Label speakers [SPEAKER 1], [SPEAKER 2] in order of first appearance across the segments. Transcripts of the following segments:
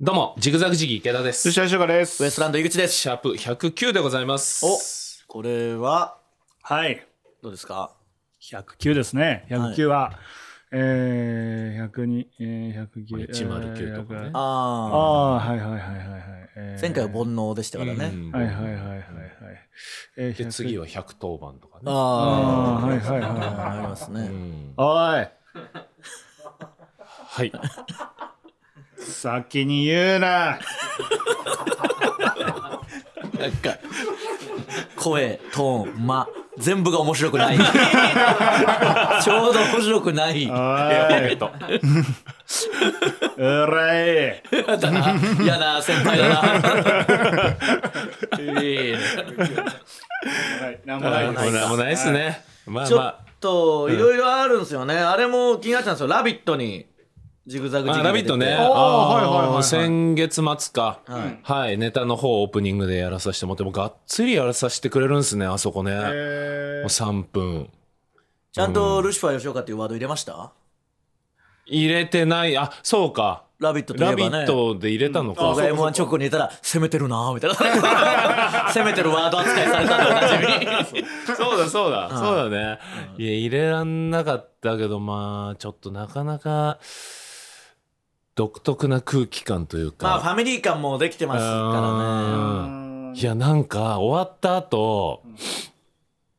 [SPEAKER 1] どうも、ジグザグジギー池田です。シ
[SPEAKER 2] 吉田翔で
[SPEAKER 3] ウエス
[SPEAKER 2] す
[SPEAKER 3] トランド井口です。
[SPEAKER 1] ャープ109でございます。
[SPEAKER 3] おこれは、
[SPEAKER 2] はい
[SPEAKER 3] どうですか
[SPEAKER 2] 109ですね109は、えー、102、えー、
[SPEAKER 1] 109と
[SPEAKER 2] 109
[SPEAKER 1] かね
[SPEAKER 2] えー100あ
[SPEAKER 3] あ
[SPEAKER 2] あーはいはいはいはいはい、え
[SPEAKER 3] あ。
[SPEAKER 2] ー
[SPEAKER 3] 前回は煩悩でしたから
[SPEAKER 1] う
[SPEAKER 3] ね。
[SPEAKER 1] ん
[SPEAKER 2] はいはいはいはいはいえー
[SPEAKER 1] で、次
[SPEAKER 2] は
[SPEAKER 1] は110番とかね。
[SPEAKER 3] ああ、
[SPEAKER 2] あーはいはいはい
[SPEAKER 3] あります
[SPEAKER 1] う
[SPEAKER 3] ね。
[SPEAKER 1] ん
[SPEAKER 2] おい
[SPEAKER 1] はい。
[SPEAKER 2] 先に言うな
[SPEAKER 3] なんか、声、トーン、間、 全部が面白く ない。ちょうど面白くない。
[SPEAKER 2] おいうらい
[SPEAKER 3] やだな。嫌な先輩だな。 いいね
[SPEAKER 2] はいなんもない
[SPEAKER 1] 何
[SPEAKER 2] で
[SPEAKER 3] は
[SPEAKER 2] す
[SPEAKER 1] もないですね。まあ
[SPEAKER 3] ちょ
[SPEAKER 1] ま
[SPEAKER 3] っ
[SPEAKER 1] あ。
[SPEAKER 3] と、いろいろあるんですよね。あれも気になってたんですよ。ラビットに、ジグザグジ
[SPEAKER 1] あ
[SPEAKER 3] グ
[SPEAKER 1] ラビットね。あ
[SPEAKER 2] おーはいはいはい
[SPEAKER 1] の
[SPEAKER 2] はい
[SPEAKER 1] 先月末か。
[SPEAKER 3] はい
[SPEAKER 1] はい。ネタの方オープニングでやらさせてもらって、もうがっつりやらさせてくれるんですね、あそこね。も
[SPEAKER 2] え
[SPEAKER 1] う3分。
[SPEAKER 3] ちゃんとルシファー吉岡っていうワード入れました
[SPEAKER 1] 入れてない。あ、そうか。
[SPEAKER 3] ラビットといえ
[SPEAKER 1] ラ
[SPEAKER 3] ば
[SPEAKER 1] ビ
[SPEAKER 3] ね。
[SPEAKER 1] ットで入れたのか。
[SPEAKER 3] 僕が M1 直後にいたら攻めてるなーみたい な攻めてるワード扱いされたのおなじ み
[SPEAKER 1] そうだそうだ、そうだね。いや、入れらんなかったけど、まあ、ちょっとなかなか、独特な空気感という
[SPEAKER 3] まあフ
[SPEAKER 1] か。
[SPEAKER 3] ァミリー感もできてますか
[SPEAKER 1] うんいや、なんか、終わった後、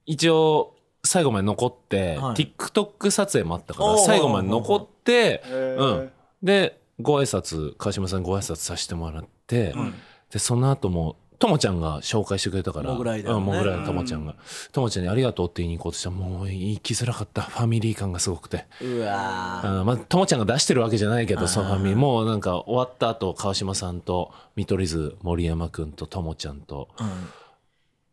[SPEAKER 1] 一応、最後まで残って、
[SPEAKER 3] はい
[SPEAKER 1] TikTok 撮影もあったか
[SPEAKER 3] お
[SPEAKER 1] ら、
[SPEAKER 3] ー
[SPEAKER 1] 最後まで残って、
[SPEAKER 2] ー
[SPEAKER 1] うん。で、ご挨拶、川島さんにご挨拶させてもらって、 で、その後も、ともちゃんが紹介してくれたから、
[SPEAKER 3] モグライダー
[SPEAKER 1] うん
[SPEAKER 3] のね
[SPEAKER 1] モグライダーのともちゃんが、ともちゃんにありがとうって言いに行こうとしたら、もう言いきづらかった。ファミリー感がすごくて。
[SPEAKER 3] らねうわー
[SPEAKER 1] あまあ、ともちゃんが出してるわけじゃないけど、そのファミリー。もうなんか終わった後、川島さんと、見取り図、森山くんとともちゃんと、
[SPEAKER 3] うん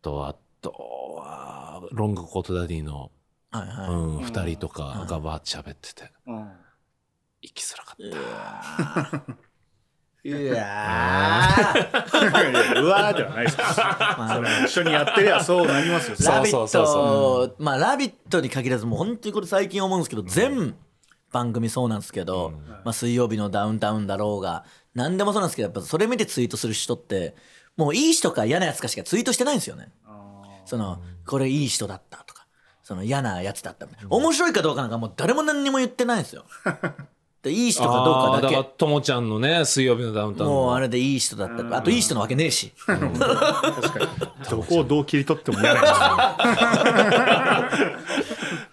[SPEAKER 1] と、あとは、ロングコートダディの、、
[SPEAKER 3] はいはいううん
[SPEAKER 1] 二人とかがわーって喋ってて、
[SPEAKER 2] うん
[SPEAKER 1] 行きづらかった。
[SPEAKER 3] わーうわー
[SPEAKER 2] いやうわーではないですよそれ一緒にやってりゃそうなりますよ
[SPEAKER 1] そ
[SPEAKER 3] ラ
[SPEAKER 1] う
[SPEAKER 3] ビ
[SPEAKER 1] そう
[SPEAKER 3] ッ
[SPEAKER 1] そうそ
[SPEAKER 3] ト、まあ、ラビットに限らず、もう本当にこれ最近思うんですけど、全番組そうなんですけど、まあ、水曜日のダウンタウンだろうが、何でもそうなんですけど、やっぱそれ見てツイートする人って、もういい人か嫌なやつかしかツイートしてないんですよね。その、これいい人だったとか、その嫌なやつだったみたいな。面白いかどうかなんかもう誰も何にも言ってないんですよ。でいい人かどう
[SPEAKER 1] あ
[SPEAKER 3] か
[SPEAKER 1] ー
[SPEAKER 3] だ
[SPEAKER 1] から
[SPEAKER 3] け。
[SPEAKER 1] ともちゃんのね、水曜日のダウンタウンの。
[SPEAKER 3] もうあれでいい人だったとか、あといい人なわけねえし。
[SPEAKER 2] どこをどう切り取っても嫌なんですよ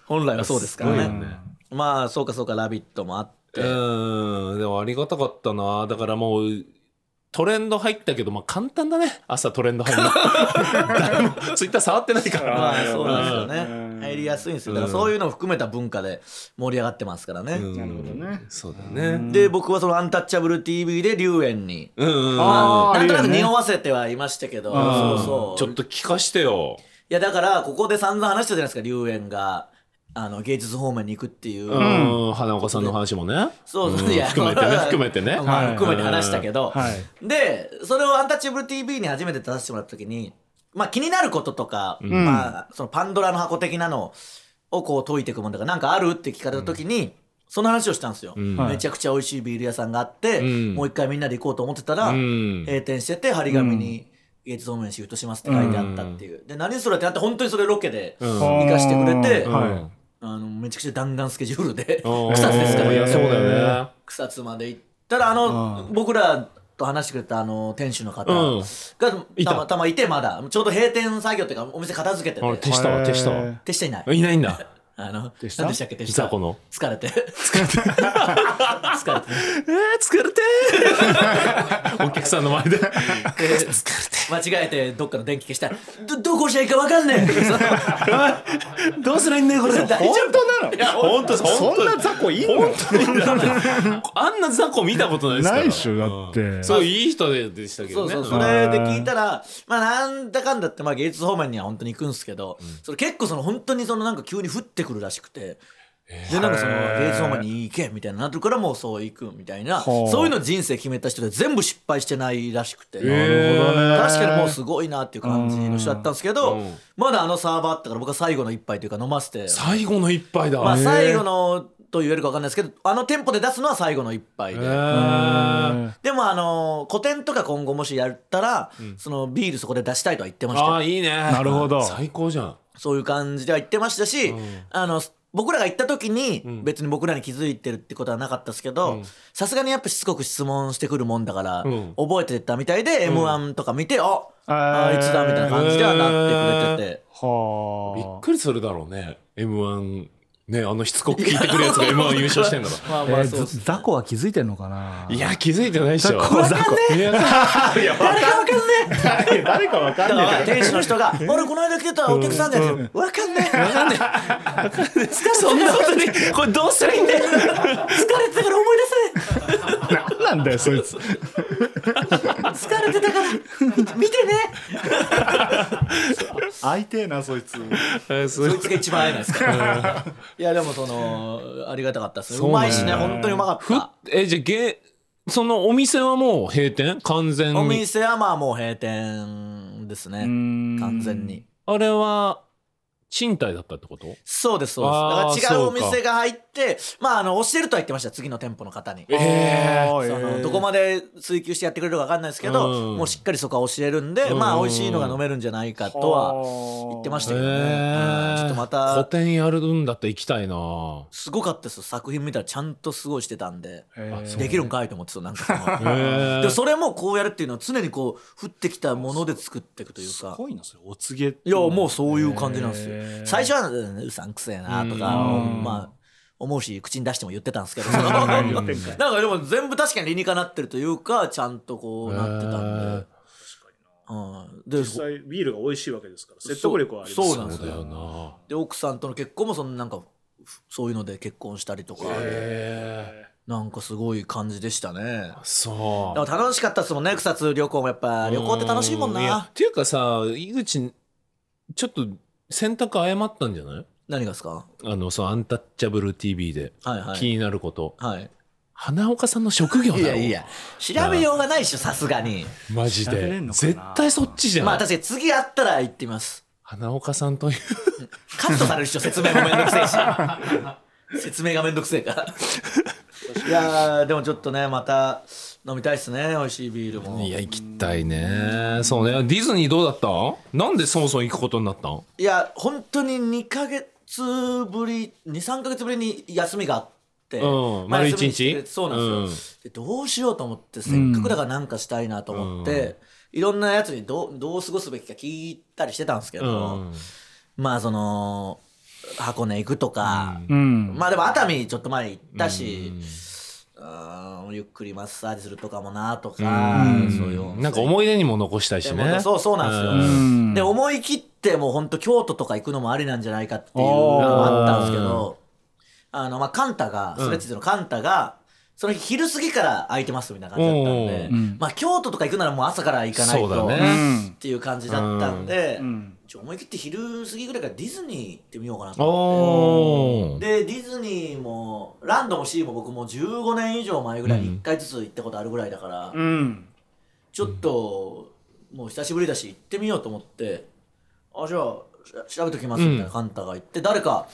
[SPEAKER 3] 本来はそうですから
[SPEAKER 1] すごいよ
[SPEAKER 3] ね
[SPEAKER 1] ね。
[SPEAKER 3] まあ、そうかそうか、ラビットもあって。
[SPEAKER 1] うん、でもありがたかったな。だからもう、トレンド入ったけど、まあ簡単だね。朝トレンド入るの。誰もツイッター触ってないから。
[SPEAKER 3] まあそうなんです
[SPEAKER 2] う
[SPEAKER 3] よ
[SPEAKER 2] ん
[SPEAKER 3] ね。入りやすいんですよ。だからそういうのを含めた文化で盛り上がってますからね。
[SPEAKER 1] うん
[SPEAKER 2] なるほどね
[SPEAKER 1] そうだね。
[SPEAKER 3] で、僕はそのアンタッチャブル TV で龍炎に、
[SPEAKER 1] うんうんうん。
[SPEAKER 2] あー
[SPEAKER 3] なんとな
[SPEAKER 2] 龍
[SPEAKER 3] く
[SPEAKER 2] 炎ね
[SPEAKER 3] 匂わせてはいましたけど、
[SPEAKER 2] ん
[SPEAKER 3] そう
[SPEAKER 1] ち
[SPEAKER 3] そ
[SPEAKER 1] ょっ
[SPEAKER 3] う。
[SPEAKER 1] と聞かしてよ。
[SPEAKER 3] いや、だからここで散々話したじゃないですか、龍炎が、あの、芸術方面に行くっていう。
[SPEAKER 1] うん。花岡さんの話もね。
[SPEAKER 3] そうそう、
[SPEAKER 1] ん
[SPEAKER 3] いや
[SPEAKER 1] 含め てね。含めて
[SPEAKER 3] まあ
[SPEAKER 1] ね。
[SPEAKER 3] まあ
[SPEAKER 2] はい
[SPEAKER 3] 含めて話したけど、
[SPEAKER 2] はい
[SPEAKER 3] でそれを「アンタッチャブル TV」に初めて出させてもらった時に、まあ、気になることとか、まあ、そのパンドラの箱的なのをこう解いていくもんだからなんかあるって聞かれた時に、その話をしたんですよ、
[SPEAKER 1] ん
[SPEAKER 3] めちゃくちゃ美味しいビール屋さんがあって、
[SPEAKER 1] ん
[SPEAKER 3] もう一回みんなで行こうと思ってたら、
[SPEAKER 1] うん
[SPEAKER 3] 閉店してて張り紙に「芸術同盟シフトします」って書いてあったっていう、で何それってなって本当にそれロケで
[SPEAKER 1] ん
[SPEAKER 3] 行かしてくれて、
[SPEAKER 2] うん
[SPEAKER 1] う
[SPEAKER 2] はい
[SPEAKER 1] ん
[SPEAKER 3] あのめちゃくちゃ弾丸スケジュー ルで
[SPEAKER 1] うん
[SPEAKER 3] 草津ですから
[SPEAKER 1] いや、そうだよね。
[SPEAKER 3] 草津まで行ったらあの、僕らと話してくれたあの店主の方
[SPEAKER 1] うん
[SPEAKER 3] が
[SPEAKER 1] いた
[SPEAKER 3] たまたまいてまだちょうど閉店作業っていうかお店片付けて
[SPEAKER 1] あれ、手
[SPEAKER 3] て
[SPEAKER 1] 下は手下
[SPEAKER 2] へ
[SPEAKER 1] は
[SPEAKER 2] ー。
[SPEAKER 3] 手下いない
[SPEAKER 1] いないんだ。
[SPEAKER 3] あの
[SPEAKER 2] 手下
[SPEAKER 3] 何でしたっけ手
[SPEAKER 1] ザ
[SPEAKER 3] 下
[SPEAKER 1] コの
[SPEAKER 3] 疲れて疲れて 疲れて
[SPEAKER 1] えー、疲れてーお客さんの前で。
[SPEAKER 3] 間違えてどっかの電気消したらどどこしゃいいか分かんねえ
[SPEAKER 1] どうすりゃいいんだよ、これ。
[SPEAKER 3] 大丈夫
[SPEAKER 2] 当なの
[SPEAKER 1] いや、本当
[SPEAKER 2] そんな
[SPEAKER 1] 雑
[SPEAKER 2] 雑魚いいの
[SPEAKER 1] 魚。あんな雑魚見たことないですから。
[SPEAKER 2] ないっしょだって
[SPEAKER 1] うんすごいいい人でしたけ
[SPEAKER 3] そ
[SPEAKER 1] ど
[SPEAKER 3] う
[SPEAKER 1] ね。
[SPEAKER 3] そうそれで聞いたらまあなんだかんだってまあ芸術方面には本当に行くんですけど、それ結構その本当にそのなんか急に降ってくるらしくて。でなんかその芸術方面に行けみたいになってるからもうそう行くみたいな
[SPEAKER 2] ほう
[SPEAKER 3] そういうの人生決めた人で全部失敗してないらしくて
[SPEAKER 2] るほどね
[SPEAKER 3] 確かにもうすごいなっていう感じの人だったんですけど
[SPEAKER 1] うん
[SPEAKER 3] まだあのサーバーあったから僕は最後の一杯というか飲ませて
[SPEAKER 1] 最後の一杯だ。
[SPEAKER 3] まあ
[SPEAKER 1] へー
[SPEAKER 3] 最後のと言えるか分かんないですけどあの店舗で出すのは最後の一杯で、
[SPEAKER 1] あ
[SPEAKER 3] でもあのー個展とか今後もしやったら、
[SPEAKER 1] ん
[SPEAKER 3] そのビールそこで出したいとは言ってましたよ
[SPEAKER 1] あーいいねな
[SPEAKER 2] るほど
[SPEAKER 1] 最高じゃん
[SPEAKER 3] そういう感じでは言ってましたし、
[SPEAKER 1] うん
[SPEAKER 3] あの僕らが行った時に
[SPEAKER 1] ん
[SPEAKER 3] 別に僕らに気づいてるってことはなかったですけ
[SPEAKER 1] う
[SPEAKER 3] ど
[SPEAKER 1] ん
[SPEAKER 3] さすがにやっぱしつこく質問してくるもんだから、
[SPEAKER 1] うん
[SPEAKER 3] 覚えてたみたいで
[SPEAKER 1] うん
[SPEAKER 3] m 1とか見て、あ
[SPEAKER 2] ー
[SPEAKER 3] あいつだみたいな感じではなってくれてて、
[SPEAKER 2] はあ
[SPEAKER 1] びっくりするだろうね m 1ねあのしつこく聞いてくるやつが m 1優勝してんだか
[SPEAKER 3] まあ
[SPEAKER 2] え
[SPEAKER 3] まあ
[SPEAKER 2] ー
[SPEAKER 3] そうっす
[SPEAKER 2] ず雑魚は気づいてんのかな
[SPEAKER 1] らいや気づいてないでしょ
[SPEAKER 2] 雑魚雑魚
[SPEAKER 1] いや いや
[SPEAKER 3] 誰かわかんねえ
[SPEAKER 2] 誰かわか
[SPEAKER 3] だから店主の人が「俺この間来てたお客さんじゃない
[SPEAKER 2] うん
[SPEAKER 3] わかんねえわかんねえそんなことにこれどうしたらいいんだよ疲れてたから思い出せね
[SPEAKER 2] なんなんだよそいつ
[SPEAKER 3] 疲れてたから見てね
[SPEAKER 2] 相手なそいつ
[SPEAKER 1] えーす
[SPEAKER 3] そ
[SPEAKER 1] ごい
[SPEAKER 3] いつが一番会えないですから。いや、でもその、ありがたかったですね。
[SPEAKER 1] そう
[SPEAKER 3] う
[SPEAKER 1] ね
[SPEAKER 3] まいしね、本当にうまか
[SPEAKER 1] ふ
[SPEAKER 3] った。
[SPEAKER 1] えじゃあげそのお店はもう閉店完全
[SPEAKER 3] お
[SPEAKER 1] に
[SPEAKER 3] 店はまあもう閉店ですね。完
[SPEAKER 2] 完
[SPEAKER 3] 全に。
[SPEAKER 1] あれは賃貸だったってこと
[SPEAKER 3] そうです、そう
[SPEAKER 1] あー
[SPEAKER 3] です。だから違うお
[SPEAKER 1] そう
[SPEAKER 3] 店が入って、まあ、あの、教えるとは言ってました、次の店舗の方に。
[SPEAKER 1] えー
[SPEAKER 3] そのどこまで追求してやってくれるか分かんないですけど、
[SPEAKER 1] うん
[SPEAKER 3] もうしっかりそこは教えるんで、
[SPEAKER 1] うん
[SPEAKER 3] まあ美味しいのが飲めるんじゃないかとは言ってましたけどね、うんちょっとま
[SPEAKER 1] 個
[SPEAKER 3] た
[SPEAKER 1] 展やるんだったら行きたいな
[SPEAKER 3] すごかったです作品見たらちゃんとすごいしてたんで、
[SPEAKER 2] あそう
[SPEAKER 3] できるんかいと思ってたなんかその
[SPEAKER 1] へ ー
[SPEAKER 3] でもそれもこうやるっていうのは常にこう降ってきたもので作っていくという
[SPEAKER 2] す
[SPEAKER 3] か
[SPEAKER 2] ごいなそれお告げ
[SPEAKER 3] いやもうそういう感じなんですよ、
[SPEAKER 2] へー
[SPEAKER 3] 最初はうんうさんくせえなとか
[SPEAKER 2] うん
[SPEAKER 3] まあ思うし口に出しても言ってたんですけど
[SPEAKER 1] ん
[SPEAKER 3] な
[SPEAKER 2] 言ってんかい
[SPEAKER 3] んかでも全部確かに理にかなってるというかちゃんとこうなってたんで、うん、で
[SPEAKER 4] 実際ビールが美味しいわけですから説得力はあります
[SPEAKER 3] そうなんで
[SPEAKER 1] そ
[SPEAKER 3] す
[SPEAKER 1] うだよな
[SPEAKER 3] で奥さんとの結婚もそのなんかふそういうので結婚したりとか
[SPEAKER 1] へえ
[SPEAKER 3] なんかすごい感じでしたね
[SPEAKER 1] そ
[SPEAKER 3] で
[SPEAKER 1] う
[SPEAKER 3] も楽しかったですもんね草津旅行もやっぱ旅行って楽しいもん
[SPEAKER 1] うや
[SPEAKER 3] な
[SPEAKER 1] っていうかさ井口ちょっと選択誤ったんじゃない
[SPEAKER 3] 何がですか
[SPEAKER 1] あのそうアンタッチャブル TV で
[SPEAKER 3] はいは
[SPEAKER 1] 気
[SPEAKER 3] い
[SPEAKER 1] になること、
[SPEAKER 3] はい
[SPEAKER 1] 花岡さんの職業だ
[SPEAKER 3] い
[SPEAKER 1] ろ
[SPEAKER 3] やいや、調べようがないでしょ、さすがに。
[SPEAKER 1] マジ
[SPEAKER 2] 喋
[SPEAKER 1] で
[SPEAKER 2] れんのかな
[SPEAKER 1] 絶対そっちじゃん、
[SPEAKER 3] まあ、確かに次あったら行ってみます。
[SPEAKER 1] 花岡さんという
[SPEAKER 3] カットされるでしょ、説明もめんどくせえし。 説明がめんどくせえ から。いやー、でもちょっとね、また飲みたいですね、美味しいビールも。
[SPEAKER 1] い
[SPEAKER 3] い
[SPEAKER 1] や
[SPEAKER 3] や、
[SPEAKER 1] 行きたいねそうねディズニーどうだったなんでそもそも行くことになったん
[SPEAKER 3] 本当に2ヶ月ぶり、2、3ヶ月ぶりに休みがあって。
[SPEAKER 1] うん
[SPEAKER 3] まあ
[SPEAKER 1] 丸一
[SPEAKER 3] 休みにして
[SPEAKER 1] 日
[SPEAKER 3] そうなんですよ、でどうしようと思って、せっかくだからなんかしたいなと思って、いろんなやつにどうどう過ごすべきか聞いたりしてたんですけ
[SPEAKER 1] う
[SPEAKER 3] ど、
[SPEAKER 1] ん
[SPEAKER 3] まあその箱根行くとか、
[SPEAKER 2] うん
[SPEAKER 3] まあでも熱海ちょっと前行ったし、うーんゆっくりマッサージするとかもなとか、そういう温泉
[SPEAKER 1] なんか思い出にも残したいし
[SPEAKER 3] でも
[SPEAKER 1] ね
[SPEAKER 3] そうそうなんですよ、
[SPEAKER 2] うん
[SPEAKER 3] で思い切ってもうほんと京都とか行くのもありなんじゃないかっていうのもあったんですけどあのまあカンタがストレッチーズのカンタが、その日昼過ぎから空いてますみたいな感じだったんで、
[SPEAKER 1] うん
[SPEAKER 3] まあ京都とか行くならもう朝から行かない
[SPEAKER 1] そう
[SPEAKER 3] と、
[SPEAKER 1] だね
[SPEAKER 3] っていう感じだったんで、
[SPEAKER 2] うん
[SPEAKER 3] ちょ思い切って昼過ぎぐらいからディズニー行ってみようかなと
[SPEAKER 1] おー
[SPEAKER 3] でディズニーもランドもシーも僕も15年以上前ぐらいに1回ずつ行ったことあるぐらいだから、
[SPEAKER 2] うん
[SPEAKER 3] ちょっともう久しぶりだし行ってみようと思ってあじゃあし調べときますみたいなカンタが言って、誰か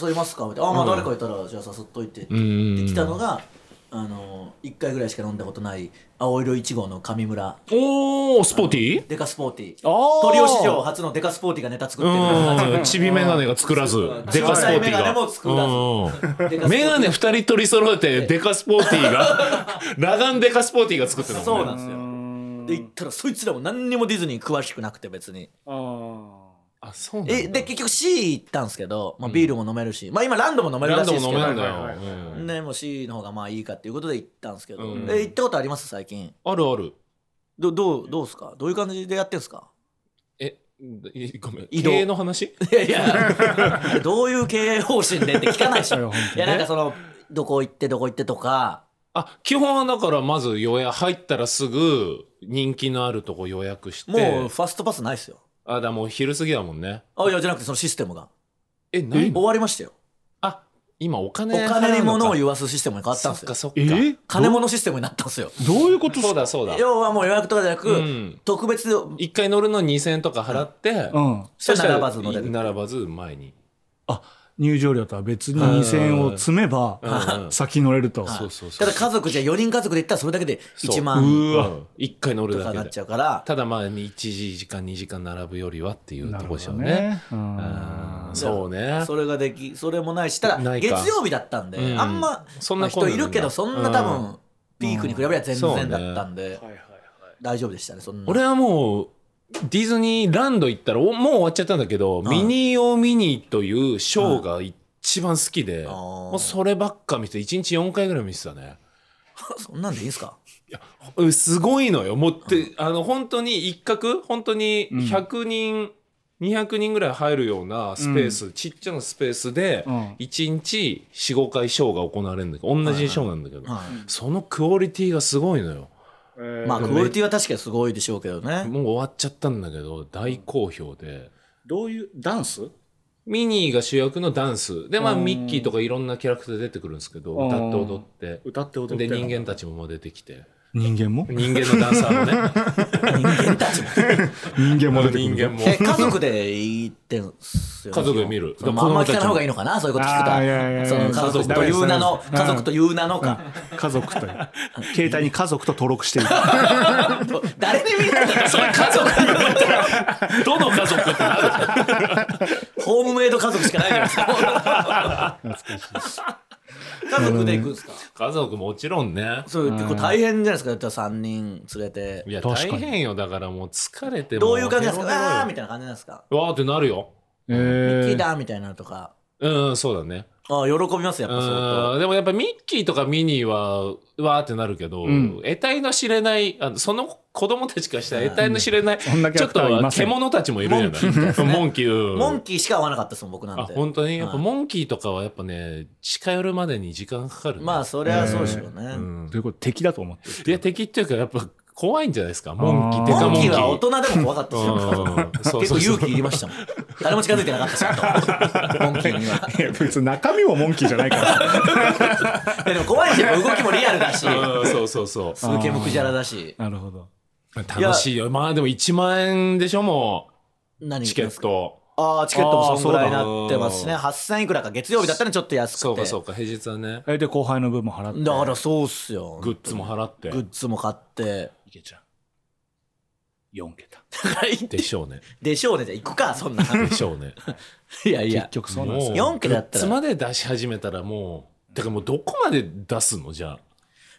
[SPEAKER 3] 誘いますかみたいなあまあ誰かいたらじゃあ誘っといてって言ってきたのが、あの1回ぐらいしか飲んだことない青色1号の上村
[SPEAKER 1] おースポティ
[SPEAKER 3] デカスポーティー
[SPEAKER 2] あ
[SPEAKER 3] トリオ史上初のデカスポーティーがネタ作ってる
[SPEAKER 1] うんちびメガネが作らずデカスポーティ
[SPEAKER 3] ちびメガネも作らず
[SPEAKER 1] ーが
[SPEAKER 3] デカスポーティ
[SPEAKER 1] うん
[SPEAKER 3] ー
[SPEAKER 1] メガネ二人取り揃えてデカスポーティーが 裸眼デカスポーティーが作ってた
[SPEAKER 3] そ
[SPEAKER 1] も
[SPEAKER 3] うんな
[SPEAKER 1] ね
[SPEAKER 3] んですよで行ったらそいつらも何にもディズニー詳しくなくて別に
[SPEAKER 2] あ
[SPEAKER 1] あそうなんだ
[SPEAKER 3] えで結局 C 行ったんですけど、まあ、ビールも飲めるし、まあ今ランドも飲める
[SPEAKER 1] ラ
[SPEAKER 3] ら
[SPEAKER 1] ン
[SPEAKER 3] し
[SPEAKER 1] ド
[SPEAKER 3] いで
[SPEAKER 1] も
[SPEAKER 3] す
[SPEAKER 1] 飲
[SPEAKER 3] け
[SPEAKER 1] めない
[SPEAKER 3] ど
[SPEAKER 1] んだよ
[SPEAKER 2] はいはいはい
[SPEAKER 1] うん
[SPEAKER 3] ねもう C の方がまあいいかっていうことで行ったんですけど、
[SPEAKER 1] うん
[SPEAKER 3] え行ったことあります最近
[SPEAKER 1] あるある
[SPEAKER 3] どどうどうですかどういう感じでやってん すか
[SPEAKER 1] ええごめん
[SPEAKER 3] 移動
[SPEAKER 1] 経営の話
[SPEAKER 3] いやいや どういう経営方針でって聞かないでし
[SPEAKER 2] あ
[SPEAKER 3] ょいやなんかそのどこ行ってどこ行ってとか
[SPEAKER 1] あ基本はだからまず予約入ったらすぐ人気のあるとこ予約して
[SPEAKER 3] もうファストパスないっすよ
[SPEAKER 1] あだもう昼過ぎだもんね
[SPEAKER 3] あいやじゃなくてそのシステムが
[SPEAKER 1] えない
[SPEAKER 3] 終
[SPEAKER 1] の
[SPEAKER 3] わりましたよ
[SPEAKER 1] あ今お金
[SPEAKER 3] お金に物を
[SPEAKER 1] う
[SPEAKER 3] 言わすシステムに変わったん
[SPEAKER 1] そ
[SPEAKER 3] で
[SPEAKER 1] っ
[SPEAKER 3] すよ
[SPEAKER 1] かそっか
[SPEAKER 2] え
[SPEAKER 3] 金物システムになったんですよ
[SPEAKER 2] どういうこと
[SPEAKER 1] そうだそうだ
[SPEAKER 3] 要はもう予約とかじゃなく、
[SPEAKER 1] うん
[SPEAKER 3] 特別で
[SPEAKER 1] 一回乗るのに2000円とか払って、
[SPEAKER 2] うん
[SPEAKER 1] そ
[SPEAKER 3] そし
[SPEAKER 1] したた
[SPEAKER 3] ら
[SPEAKER 1] ら
[SPEAKER 3] 並ばず乗れる
[SPEAKER 1] 並ばず前に
[SPEAKER 2] 入場料とは別に2000円を積めば
[SPEAKER 1] うん
[SPEAKER 2] 先乗れると。
[SPEAKER 1] そうそうそ
[SPEAKER 3] た
[SPEAKER 1] う
[SPEAKER 3] だ家族じゃ4人家族で行ったらそれだけで
[SPEAKER 1] そう
[SPEAKER 3] 1万
[SPEAKER 1] うわ一回乗る
[SPEAKER 3] とか
[SPEAKER 1] だ
[SPEAKER 3] な
[SPEAKER 1] け
[SPEAKER 3] っ
[SPEAKER 1] で
[SPEAKER 3] ちゃうから
[SPEAKER 1] ただまあ1時間2時間並ぶよりはっていうと
[SPEAKER 2] なる
[SPEAKER 1] こ
[SPEAKER 2] ほ
[SPEAKER 1] でしょ
[SPEAKER 2] ど
[SPEAKER 1] うね
[SPEAKER 2] ね。うん
[SPEAKER 1] うんそうね
[SPEAKER 3] それができそれもないしたら
[SPEAKER 1] ない
[SPEAKER 3] 月
[SPEAKER 1] か
[SPEAKER 3] 曜日だったんで、
[SPEAKER 1] うん
[SPEAKER 3] あんま
[SPEAKER 1] そん
[SPEAKER 3] まあ
[SPEAKER 1] な
[SPEAKER 3] 人いるけどそんな多
[SPEAKER 1] う
[SPEAKER 3] 分ピークに比べれば全
[SPEAKER 1] そうね
[SPEAKER 3] 然だったんで、
[SPEAKER 4] はいはいはい
[SPEAKER 3] 大丈夫でしたねそんな
[SPEAKER 1] 俺はもうディズニーランド行ったらおもう終わっちゃったんだけど、ミニー・オー・ミニーというショーが一番好きで、
[SPEAKER 3] あー
[SPEAKER 1] もうそればっか見て1日4回ぐらい見てたね
[SPEAKER 3] そんなんでいいんすか
[SPEAKER 1] うんすごいのよもうって、あの本当に一角本当に100人、200人ぐらい入るようなスペース、ちっちゃなスペースで
[SPEAKER 2] うん
[SPEAKER 1] 1日45回ショーが行われるんだけど同じショーなんだけど、
[SPEAKER 3] は
[SPEAKER 1] そのクオリティがすごいのよ
[SPEAKER 4] えー
[SPEAKER 3] いまあクオリティは確かにすごいでしょうけどね
[SPEAKER 1] もう終わっちゃったんだけど大好評で。
[SPEAKER 4] どういうダンス
[SPEAKER 1] ミニーが主役のダンスで、まあ、ミッキーとかいろんなキャラクター出てくるんですけど
[SPEAKER 2] うん
[SPEAKER 1] 歌って踊って
[SPEAKER 4] 歌って踊って
[SPEAKER 1] で人間たちももう出てきて
[SPEAKER 2] 人間も
[SPEAKER 1] 人間のダンサーもね
[SPEAKER 3] 人間たちも
[SPEAKER 2] 人間も出てく
[SPEAKER 1] 人間
[SPEAKER 2] る。
[SPEAKER 1] も
[SPEAKER 3] え家族で行ってんすよね
[SPEAKER 1] 家族で見る
[SPEAKER 3] そのまああんま
[SPEAKER 1] 子供た
[SPEAKER 3] あ聞
[SPEAKER 1] ちも
[SPEAKER 3] かない方がいいのかなそういうこと聞くと
[SPEAKER 2] あーいやいやいや
[SPEAKER 3] その家族という名
[SPEAKER 2] ダ
[SPEAKER 3] の
[SPEAKER 2] メです
[SPEAKER 3] 家族という名のか
[SPEAKER 2] 家族という。携帯に家族と登録している。
[SPEAKER 3] 誰で見るんだそれ家族
[SPEAKER 1] どの家族ってなる
[SPEAKER 3] ホームメイド家族しかないじゃないですか家族で行くんですか
[SPEAKER 1] 家族もちろんね
[SPEAKER 3] そう結構大変じゃないですかだったら3人連れて
[SPEAKER 1] いや
[SPEAKER 2] 確か
[SPEAKER 1] 大
[SPEAKER 2] に
[SPEAKER 1] 変よだからもう疲れて
[SPEAKER 3] どういう感じなんです
[SPEAKER 1] ヘロヘロよ
[SPEAKER 3] かあーみたいな感じなんですか
[SPEAKER 1] わーってなるよ
[SPEAKER 2] え
[SPEAKER 3] ミッキー
[SPEAKER 2] ー
[SPEAKER 3] だみたいなのとか
[SPEAKER 1] うんそうだね
[SPEAKER 3] ああ喜びますやっぱ相当
[SPEAKER 1] うんでもやっぱミッキーとかミニーはわーってなるけど、
[SPEAKER 2] ん
[SPEAKER 1] 得体の知れないあのその子供たちからしたら得体の知れない、
[SPEAKER 2] んなキャ
[SPEAKER 1] ちょ
[SPEAKER 2] ラ
[SPEAKER 1] っ
[SPEAKER 2] クターはい
[SPEAKER 1] と
[SPEAKER 2] ません
[SPEAKER 1] 獣たちもいるじゃないモンキー、うん
[SPEAKER 3] モンキーしか会わなかったですもん僕なん
[SPEAKER 1] あ
[SPEAKER 3] て
[SPEAKER 1] 本当にやっぱ
[SPEAKER 3] はい
[SPEAKER 1] モンキーとかはやっぱね近寄るまでに時間かかるね、
[SPEAKER 3] まあそりゃそうでしょうね、
[SPEAKER 1] うん
[SPEAKER 2] ということ敵だと思って。
[SPEAKER 1] いや敵っていうかやっぱ怖いんじゃないですかモンキーデ
[SPEAKER 3] モ
[SPEAKER 1] カ
[SPEAKER 3] ン
[SPEAKER 1] モン
[SPEAKER 3] キ
[SPEAKER 1] キ
[SPEAKER 3] ーは
[SPEAKER 1] ー
[SPEAKER 3] 大人でも怖かったですよ
[SPEAKER 1] うんそう
[SPEAKER 3] 結
[SPEAKER 1] そ
[SPEAKER 3] 構
[SPEAKER 1] うそう
[SPEAKER 3] 勇気いりましたもん誰も近づいてなかったしあとモンキーにはい
[SPEAKER 2] や別に中身もモンキーじゃない から。
[SPEAKER 3] いやでも怖いし動きもリアルだし
[SPEAKER 1] うんそうそうそう
[SPEAKER 3] すげえむくじゃらだし
[SPEAKER 2] なるほど。
[SPEAKER 1] 楽しいよまあでも1万円でしょもう
[SPEAKER 3] 何
[SPEAKER 1] チケット
[SPEAKER 3] ああチケットもそんぐらい
[SPEAKER 1] あー
[SPEAKER 3] なってますね
[SPEAKER 1] そう
[SPEAKER 3] 8000いくらか月曜日だったらちょっと安くて
[SPEAKER 1] そうかそうか平日はね
[SPEAKER 2] えで後輩の分も払って。
[SPEAKER 3] だからそうっすよ
[SPEAKER 1] グッズも払って
[SPEAKER 3] グッズも買って
[SPEAKER 2] いけちゃう。4桁。
[SPEAKER 1] でしょうね
[SPEAKER 3] でしょうねじゃあ行くかそんな
[SPEAKER 1] でしょ うね
[SPEAKER 3] いやいや
[SPEAKER 2] 結局そうなんですよ。
[SPEAKER 1] もう
[SPEAKER 3] 4桁だったら
[SPEAKER 1] グッズまで出し始めたらもうてかもうどこまで出すのじゃあ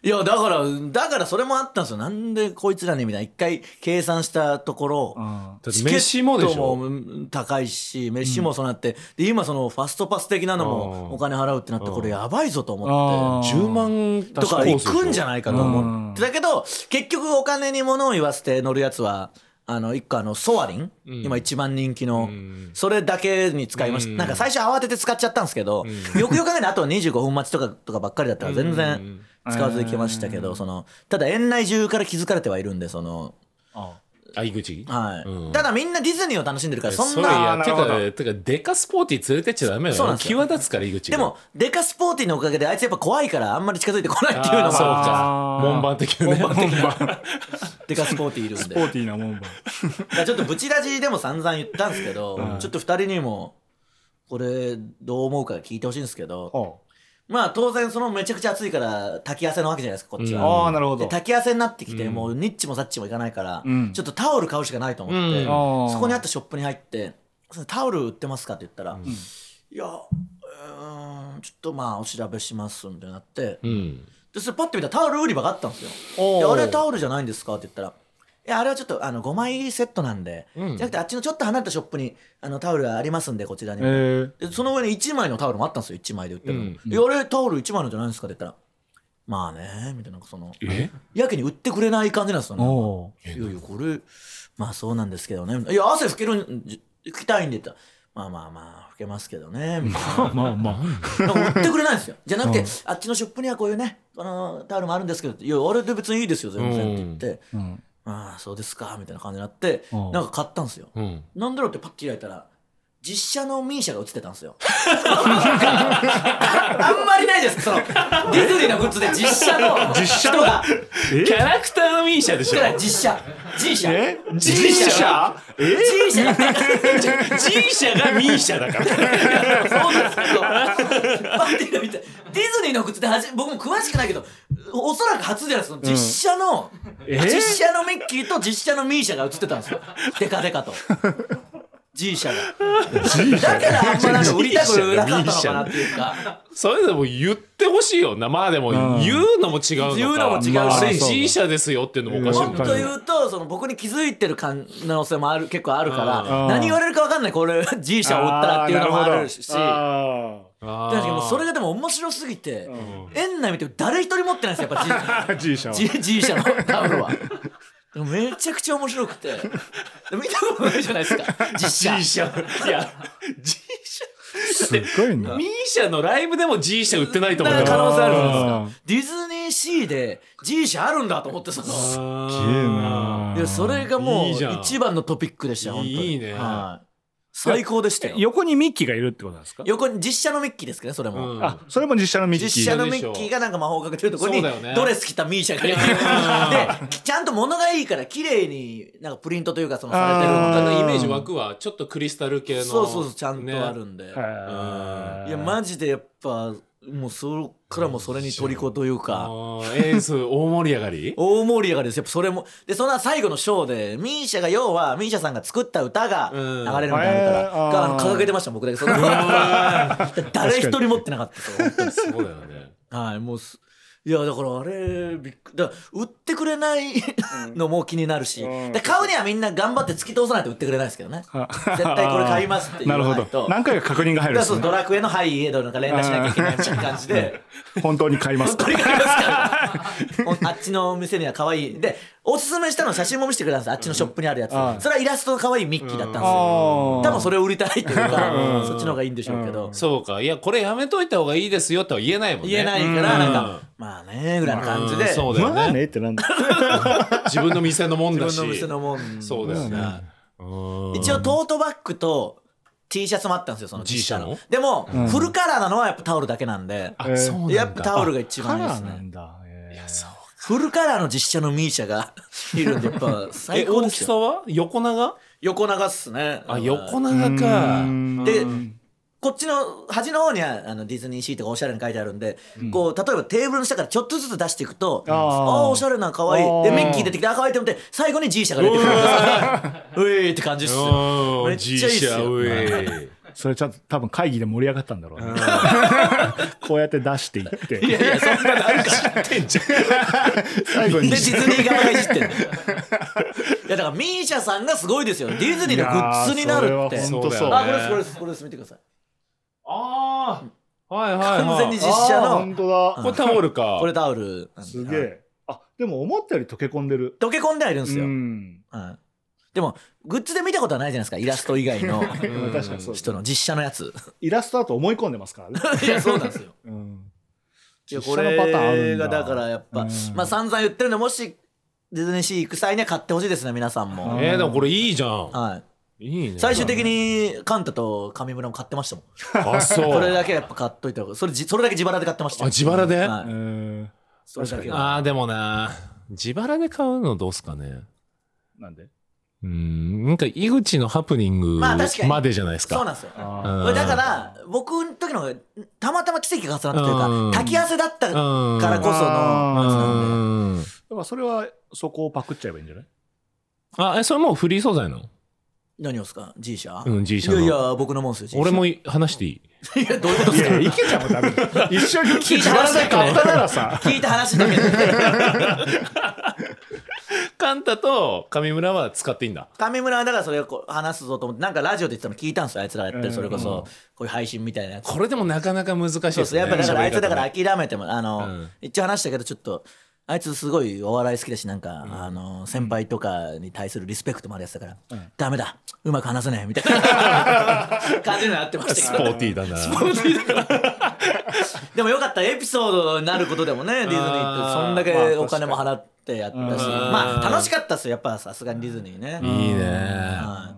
[SPEAKER 3] いやだからだからそれもあったんですよなんでこいつらねみたいな一回計算したところ、
[SPEAKER 2] うん
[SPEAKER 1] だって
[SPEAKER 3] チケット
[SPEAKER 1] 飯もでしょ
[SPEAKER 3] も高いし飯もそうなって、で今そのファストパス的なの
[SPEAKER 1] う
[SPEAKER 3] も
[SPEAKER 1] ん
[SPEAKER 3] お金払うってなってこれやばいぞと思っ
[SPEAKER 2] あー
[SPEAKER 1] 10万
[SPEAKER 3] てとか行くんじゃ
[SPEAKER 1] ない
[SPEAKER 3] ないかと思ってだけど結局お金に物を言わせて乗るやつはあの一個あのソアリン、
[SPEAKER 1] ん
[SPEAKER 3] 今一番人気の
[SPEAKER 1] ん
[SPEAKER 3] それだけに使いました、
[SPEAKER 1] うん
[SPEAKER 3] なんか最初慌てて使っちゃったんですけど、よくよく考えたらあと25分待ちとかとかばっかりだったから全
[SPEAKER 1] う
[SPEAKER 3] 然
[SPEAKER 1] ん
[SPEAKER 3] 使わずに来ましたけど、そのただ園内中から気づかれてはいるんでその。
[SPEAKER 1] あ井口
[SPEAKER 3] はい
[SPEAKER 1] うん
[SPEAKER 3] ただみんなディズニーを楽しんでるからそん
[SPEAKER 1] れい
[SPEAKER 3] な
[SPEAKER 1] や
[SPEAKER 2] な
[SPEAKER 1] て
[SPEAKER 2] るほど
[SPEAKER 1] かてかでかスポーティー連れてっちゃダメだ
[SPEAKER 3] そうなん
[SPEAKER 1] よ
[SPEAKER 3] ですよ
[SPEAKER 1] 際立つから井口
[SPEAKER 3] で
[SPEAKER 1] が
[SPEAKER 3] もデカスポーティーのおかげであいつやっぱ怖いからあんまり近づいてこないっていうの
[SPEAKER 1] あーそう
[SPEAKER 3] も
[SPEAKER 1] か
[SPEAKER 2] あー
[SPEAKER 1] 門番的なね
[SPEAKER 3] デカスポーティーいるんで
[SPEAKER 2] ポーティーなもんば。
[SPEAKER 3] だからちょっとブチラジでも散々言ったんですけどちょっと2人にもこれどう思うか聞いてほしいんですけどまあ当然そのめちゃくちゃ暑いから炊き汗のわけじゃないですかこっちは。
[SPEAKER 2] ああ、なるほ
[SPEAKER 3] で
[SPEAKER 2] ど。
[SPEAKER 3] 炊き汗になってきてもうニッチもサッチもいかないから
[SPEAKER 2] ん
[SPEAKER 3] ちょっとタオル買うしかないと思って
[SPEAKER 1] うん
[SPEAKER 2] そ
[SPEAKER 3] そこにあったショップに入って「タオル売ってますか?」って言ったら「いやうーんちょっとまあお調べします」みたいになって
[SPEAKER 1] うん
[SPEAKER 3] でそれパッて見たらタオル売り場があったんですよ
[SPEAKER 1] おー
[SPEAKER 3] で「あれタオルじゃないんですか?」って言ったら「いやあれはちょっとあの5枚セットなんで、
[SPEAKER 1] うん
[SPEAKER 3] じゃなくてあっちのちょっと離れたショップにあのタオルがありますんでこちらに」
[SPEAKER 2] えー
[SPEAKER 3] でその上に1枚のタオルもあったんですよ1枚で売ってるの、
[SPEAKER 1] うん
[SPEAKER 3] いやあれタオル1枚のじゃないんですか?」って言ったら「まあね」みたいななんかその
[SPEAKER 1] え
[SPEAKER 3] やけに売ってくれない感じなんですよね。
[SPEAKER 2] お
[SPEAKER 3] いやいや、これ、まあそうなんですけどね。いや、汗拭けるんじ、拭きたいんでって言ったらまあまあまあ、拭けますけどね。みたい
[SPEAKER 2] ーまあまあ。
[SPEAKER 3] な。なんか売ってくれないんですよ。 じゃなくて、
[SPEAKER 2] うん
[SPEAKER 3] あっちのショップにはこういうね、このタオルもあるんですけど、いや、あれで別にいいですよ、全然って言って、
[SPEAKER 2] うん
[SPEAKER 3] ああ、そうですか、みたいな感じになって、
[SPEAKER 2] うん
[SPEAKER 3] なんか買ったんですよ。
[SPEAKER 1] うん
[SPEAKER 3] なんだろうってパッと開いたら、実写のミーシャが映ってたんですよ あんまりないですそのディズニーのグッズで実写の人が
[SPEAKER 1] キャラクターのミーシャでしょ
[SPEAKER 3] だから実写 G 社
[SPEAKER 2] え
[SPEAKER 3] G 社
[SPEAKER 2] え
[SPEAKER 3] G 社そうなんです
[SPEAKER 1] ジーシャがミーシャだから
[SPEAKER 3] けどパッて見たらディズニーのグッズって初め僕も詳しくないけどおそらく初じゃないですか実写の、
[SPEAKER 2] え
[SPEAKER 3] 実写のミッキーと実写のミーシャが映ってたんですよデカデカと G 社がだからあんまなんか売りたくなかったのかなっていうか
[SPEAKER 1] それでも言ってほしいよなまあでも
[SPEAKER 2] ん
[SPEAKER 1] 言うのも違うのか
[SPEAKER 3] 言うのも違うし
[SPEAKER 1] まあで G 社ですよっていうのもおかしい
[SPEAKER 3] も
[SPEAKER 1] よ
[SPEAKER 3] っ
[SPEAKER 1] ね
[SPEAKER 3] と言うとその僕に気づいてる可能性もある結構あるから
[SPEAKER 2] うん
[SPEAKER 3] 何言われるか分かんないこれ G 社を売ったらっていうのもあるし
[SPEAKER 2] あ
[SPEAKER 1] あー
[SPEAKER 3] 確かにもうそれがでも面白すぎて園内見て誰一人持ってないんですよやっ ぱ
[SPEAKER 2] ー G 社は
[SPEAKER 3] G, G, G 社のタオ ルは。でもめちゃくちゃ面白くて見たことないじゃないですか実写
[SPEAKER 1] G 社いや G 社
[SPEAKER 2] すっごいね
[SPEAKER 1] ミーシャのライブでも G 社売ってないと思う
[SPEAKER 3] だから可能性あるじゃ
[SPEAKER 2] あ
[SPEAKER 3] ない
[SPEAKER 2] ー
[SPEAKER 3] ですかディズニーシーで G 社あるんだと思ってその
[SPEAKER 2] すげえない
[SPEAKER 3] やそれがもう
[SPEAKER 1] いいじゃん
[SPEAKER 3] 一番のトピックでした本当に
[SPEAKER 1] いいね
[SPEAKER 3] はい最高でしたよ
[SPEAKER 2] 横にミッキーがいるってことなんですか
[SPEAKER 3] 横に実写のミッキーですけどねそれも、
[SPEAKER 1] うん
[SPEAKER 2] あそれも実写のミッキー
[SPEAKER 3] 実写のミッキーがなんか魔法をかけてるところに
[SPEAKER 1] そうだよね
[SPEAKER 3] ドレス着たミー シャがいるできちゃんと物がいいから綺麗になんかプリントというかそのされてる
[SPEAKER 1] あ
[SPEAKER 3] の
[SPEAKER 1] のイメージ湧くわちょっとクリスタル系の
[SPEAKER 3] そうそうそうちゃんとあ
[SPEAKER 1] ね
[SPEAKER 3] るんで、
[SPEAKER 2] はい
[SPEAKER 3] やマジでやっぱもうそっからもうそれに虜という
[SPEAKER 1] あ
[SPEAKER 3] か
[SPEAKER 1] ーエース大盛り上が り
[SPEAKER 3] 大盛り上がりですやっぱそれもでそんな最後のショーでミーシャが要はミーシャさんが作った歌が流れるみたいな
[SPEAKER 2] う
[SPEAKER 3] の
[SPEAKER 2] んへー
[SPEAKER 3] から、があの
[SPEAKER 2] あー
[SPEAKER 3] 掲げてました僕だけその 誰一人持ってなかったそう本当に
[SPEAKER 1] そうだよね。
[SPEAKER 3] はいもうすいやだからあれびっくだから売ってくれないのも気になるし、
[SPEAKER 2] うん
[SPEAKER 3] で買うにはみんな頑張って突き通さないと売ってくれないですけどね
[SPEAKER 2] あ
[SPEAKER 3] 絶対これ買いますって言
[SPEAKER 2] な
[SPEAKER 3] わ
[SPEAKER 2] る
[SPEAKER 3] ないと
[SPEAKER 2] ほど何回か確認が入るん
[SPEAKER 3] だから
[SPEAKER 2] です
[SPEAKER 3] その
[SPEAKER 2] ね
[SPEAKER 3] ドラクエの「はい」エドなんか連打しなきゃいけないみたいな感じで。
[SPEAKER 2] 本当に買います
[SPEAKER 3] 取り替えますからあっちのお店には可愛いでおすすめしたの写真も見せてくれたんですあっちのショップにあるやつ、
[SPEAKER 2] うん
[SPEAKER 3] それはイラストの可愛いミッキーだったんですよ、
[SPEAKER 2] 多
[SPEAKER 3] 多分それを売りたいというか、
[SPEAKER 2] うん
[SPEAKER 3] そっちの方がいいんでしょうけど、
[SPEAKER 1] そうか。いや、これやめといた方がいいですよとは言えないもんね。
[SPEAKER 3] 言えないからなんか、まあねぐらいの感じで、
[SPEAKER 1] うんそうだよ
[SPEAKER 2] まあ
[SPEAKER 1] ね。
[SPEAKER 2] ねってなんだ
[SPEAKER 1] 自分の店のもんだ
[SPEAKER 3] 自分
[SPEAKER 1] し
[SPEAKER 3] の。お店のもん
[SPEAKER 1] そうだよね。うん
[SPEAKER 3] 一応トートバッグと T シャツもあったんですよその
[SPEAKER 1] G 社の
[SPEAKER 3] でも、フルカラーなのはやっぱタオルだけなんで
[SPEAKER 1] あ、そうなんだ。
[SPEAKER 3] やっぱタオルが一
[SPEAKER 2] カ
[SPEAKER 3] 番いいで
[SPEAKER 2] ラ
[SPEAKER 3] す
[SPEAKER 2] ーな
[SPEAKER 3] ね
[SPEAKER 2] んだへー
[SPEAKER 3] フルカラーの実写のミーシャがいるんでやっぱ
[SPEAKER 1] え、
[SPEAKER 3] 最高
[SPEAKER 1] 大
[SPEAKER 3] で
[SPEAKER 1] き
[SPEAKER 3] す
[SPEAKER 1] さ
[SPEAKER 3] よ
[SPEAKER 1] は横長
[SPEAKER 3] 横長っすね
[SPEAKER 1] あ、横長か。
[SPEAKER 2] うん
[SPEAKER 3] でこっちの端の方にはあのディズニーシーとかおしゃれに書いてあるんで、こう例えばテーブルの下からちょっとずつ出していくとあ
[SPEAKER 2] ー
[SPEAKER 3] あーおしゃれな可愛い
[SPEAKER 2] あー
[SPEAKER 3] でミッキー出てきてあ可愛いと思って最後に G 社が出てくるん ですようえーって感じっすよ
[SPEAKER 1] う
[SPEAKER 3] め
[SPEAKER 1] ん
[SPEAKER 3] っ
[SPEAKER 1] G
[SPEAKER 3] ちゃいいっすよ
[SPEAKER 1] 社、うえ
[SPEAKER 2] それちゃんと多分会議で盛り上がったんだろうね こうやって出していって
[SPEAKER 3] いやいやそんなのあるか
[SPEAKER 2] 最後
[SPEAKER 3] で
[SPEAKER 2] に
[SPEAKER 3] ディズニー側がいじってんの いやだからミーシャさんがすごいですよねディズニーのグッズになるって
[SPEAKER 2] いやーそ
[SPEAKER 1] 本当
[SPEAKER 2] れは本当
[SPEAKER 1] そ
[SPEAKER 2] そうう
[SPEAKER 1] だ
[SPEAKER 3] あ
[SPEAKER 1] よ
[SPEAKER 3] これです
[SPEAKER 1] ね。
[SPEAKER 3] これですこれです見てください
[SPEAKER 1] ああ。はいはいはい。
[SPEAKER 3] 完全に実写
[SPEAKER 2] あー
[SPEAKER 3] の
[SPEAKER 2] 本当だ
[SPEAKER 1] これタオルか
[SPEAKER 3] こ。れタオルなんです
[SPEAKER 2] げ
[SPEAKER 3] はい
[SPEAKER 2] えあでも思ったより溶け込んでる
[SPEAKER 3] 溶け込んではいるんですよ、
[SPEAKER 2] ん
[SPEAKER 3] はいでもグッズで見たことはないじゃないですかイラスト以外の
[SPEAKER 1] うん
[SPEAKER 2] 確かにそうです
[SPEAKER 3] 人の実写のやつ
[SPEAKER 2] イラストだと思い込んでますからね
[SPEAKER 3] いやそうなんですよ
[SPEAKER 2] うん
[SPEAKER 3] いや
[SPEAKER 2] 実
[SPEAKER 3] こ
[SPEAKER 2] 写のパターンある
[SPEAKER 3] れ
[SPEAKER 2] ん
[SPEAKER 3] が
[SPEAKER 2] だ
[SPEAKER 3] だからやっぱ、
[SPEAKER 2] うん
[SPEAKER 3] まあ散々言ってるんでもしディズニーシー行く際には買ってほしいですね皆さんも、
[SPEAKER 2] うん
[SPEAKER 1] えー、でもこれいいじゃん。
[SPEAKER 3] はい
[SPEAKER 1] いいね。
[SPEAKER 3] 最終的にカンタと上村も買ってましたもん
[SPEAKER 1] あ、そう。
[SPEAKER 3] これだけやっぱ買っといた方がそれじそれだけ自腹で買ってました
[SPEAKER 1] あ、自腹で
[SPEAKER 3] はい
[SPEAKER 2] うん
[SPEAKER 3] それだけは
[SPEAKER 1] あーでもな自腹で買うのどうすかね
[SPEAKER 2] なんで
[SPEAKER 1] うんなんか井口のハプニング
[SPEAKER 3] まあ確かに
[SPEAKER 1] までじゃないですか,、
[SPEAKER 3] そうなんですよ
[SPEAKER 2] あ
[SPEAKER 3] これだから僕の時の方がたまたま奇跡が重なったと
[SPEAKER 1] う
[SPEAKER 3] い
[SPEAKER 1] ん
[SPEAKER 3] うか滝汗だったか
[SPEAKER 1] うん
[SPEAKER 3] らこその
[SPEAKER 1] うん
[SPEAKER 2] だからそれはそこをパクっちゃえばいいんじゃない
[SPEAKER 1] あえそれもうフリー素材なの
[SPEAKER 3] 何をですか G 社、
[SPEAKER 1] うん G 社
[SPEAKER 3] い
[SPEAKER 1] の
[SPEAKER 3] やいや僕のもんですよ G 社
[SPEAKER 1] 俺もい話していい
[SPEAKER 3] いや どういうことですか
[SPEAKER 2] いけちゃんもダメだ よ一緒に
[SPEAKER 3] 聞いた話だけど
[SPEAKER 2] 買ったならさ
[SPEAKER 3] 聞いた話だけど
[SPEAKER 1] カンタと上村は使っていいんだ
[SPEAKER 3] 上村はだからそれをこう話すぞと思ってなんかラジオで言ってたの聞いたんですよあいつらやってるそれこそこういう配信みたいなやつ
[SPEAKER 1] これでもなかなか難しいです
[SPEAKER 3] そう
[SPEAKER 1] ね
[SPEAKER 3] そうやっぱだからあいつだか
[SPEAKER 1] 喋
[SPEAKER 3] ら
[SPEAKER 1] り
[SPEAKER 3] 諦めてもあの、
[SPEAKER 1] うん
[SPEAKER 3] 一応話したけどちょっとあいつすごいお笑い好きだしなんか、あの先輩とかに対するリスペクトもあるやつだから、ダメだうまく話せないみたい な感じになってま
[SPEAKER 1] 方
[SPEAKER 3] した
[SPEAKER 1] がスポ
[SPEAKER 3] けど
[SPEAKER 1] ーティーだな
[SPEAKER 3] でもよかったエピソードになることでもねディズニーってそんだけお金も払ってやったし
[SPEAKER 1] まあ確かに
[SPEAKER 3] まあ楽しかったっすよやっぱさすがにディズニーね、
[SPEAKER 1] いいね、
[SPEAKER 3] は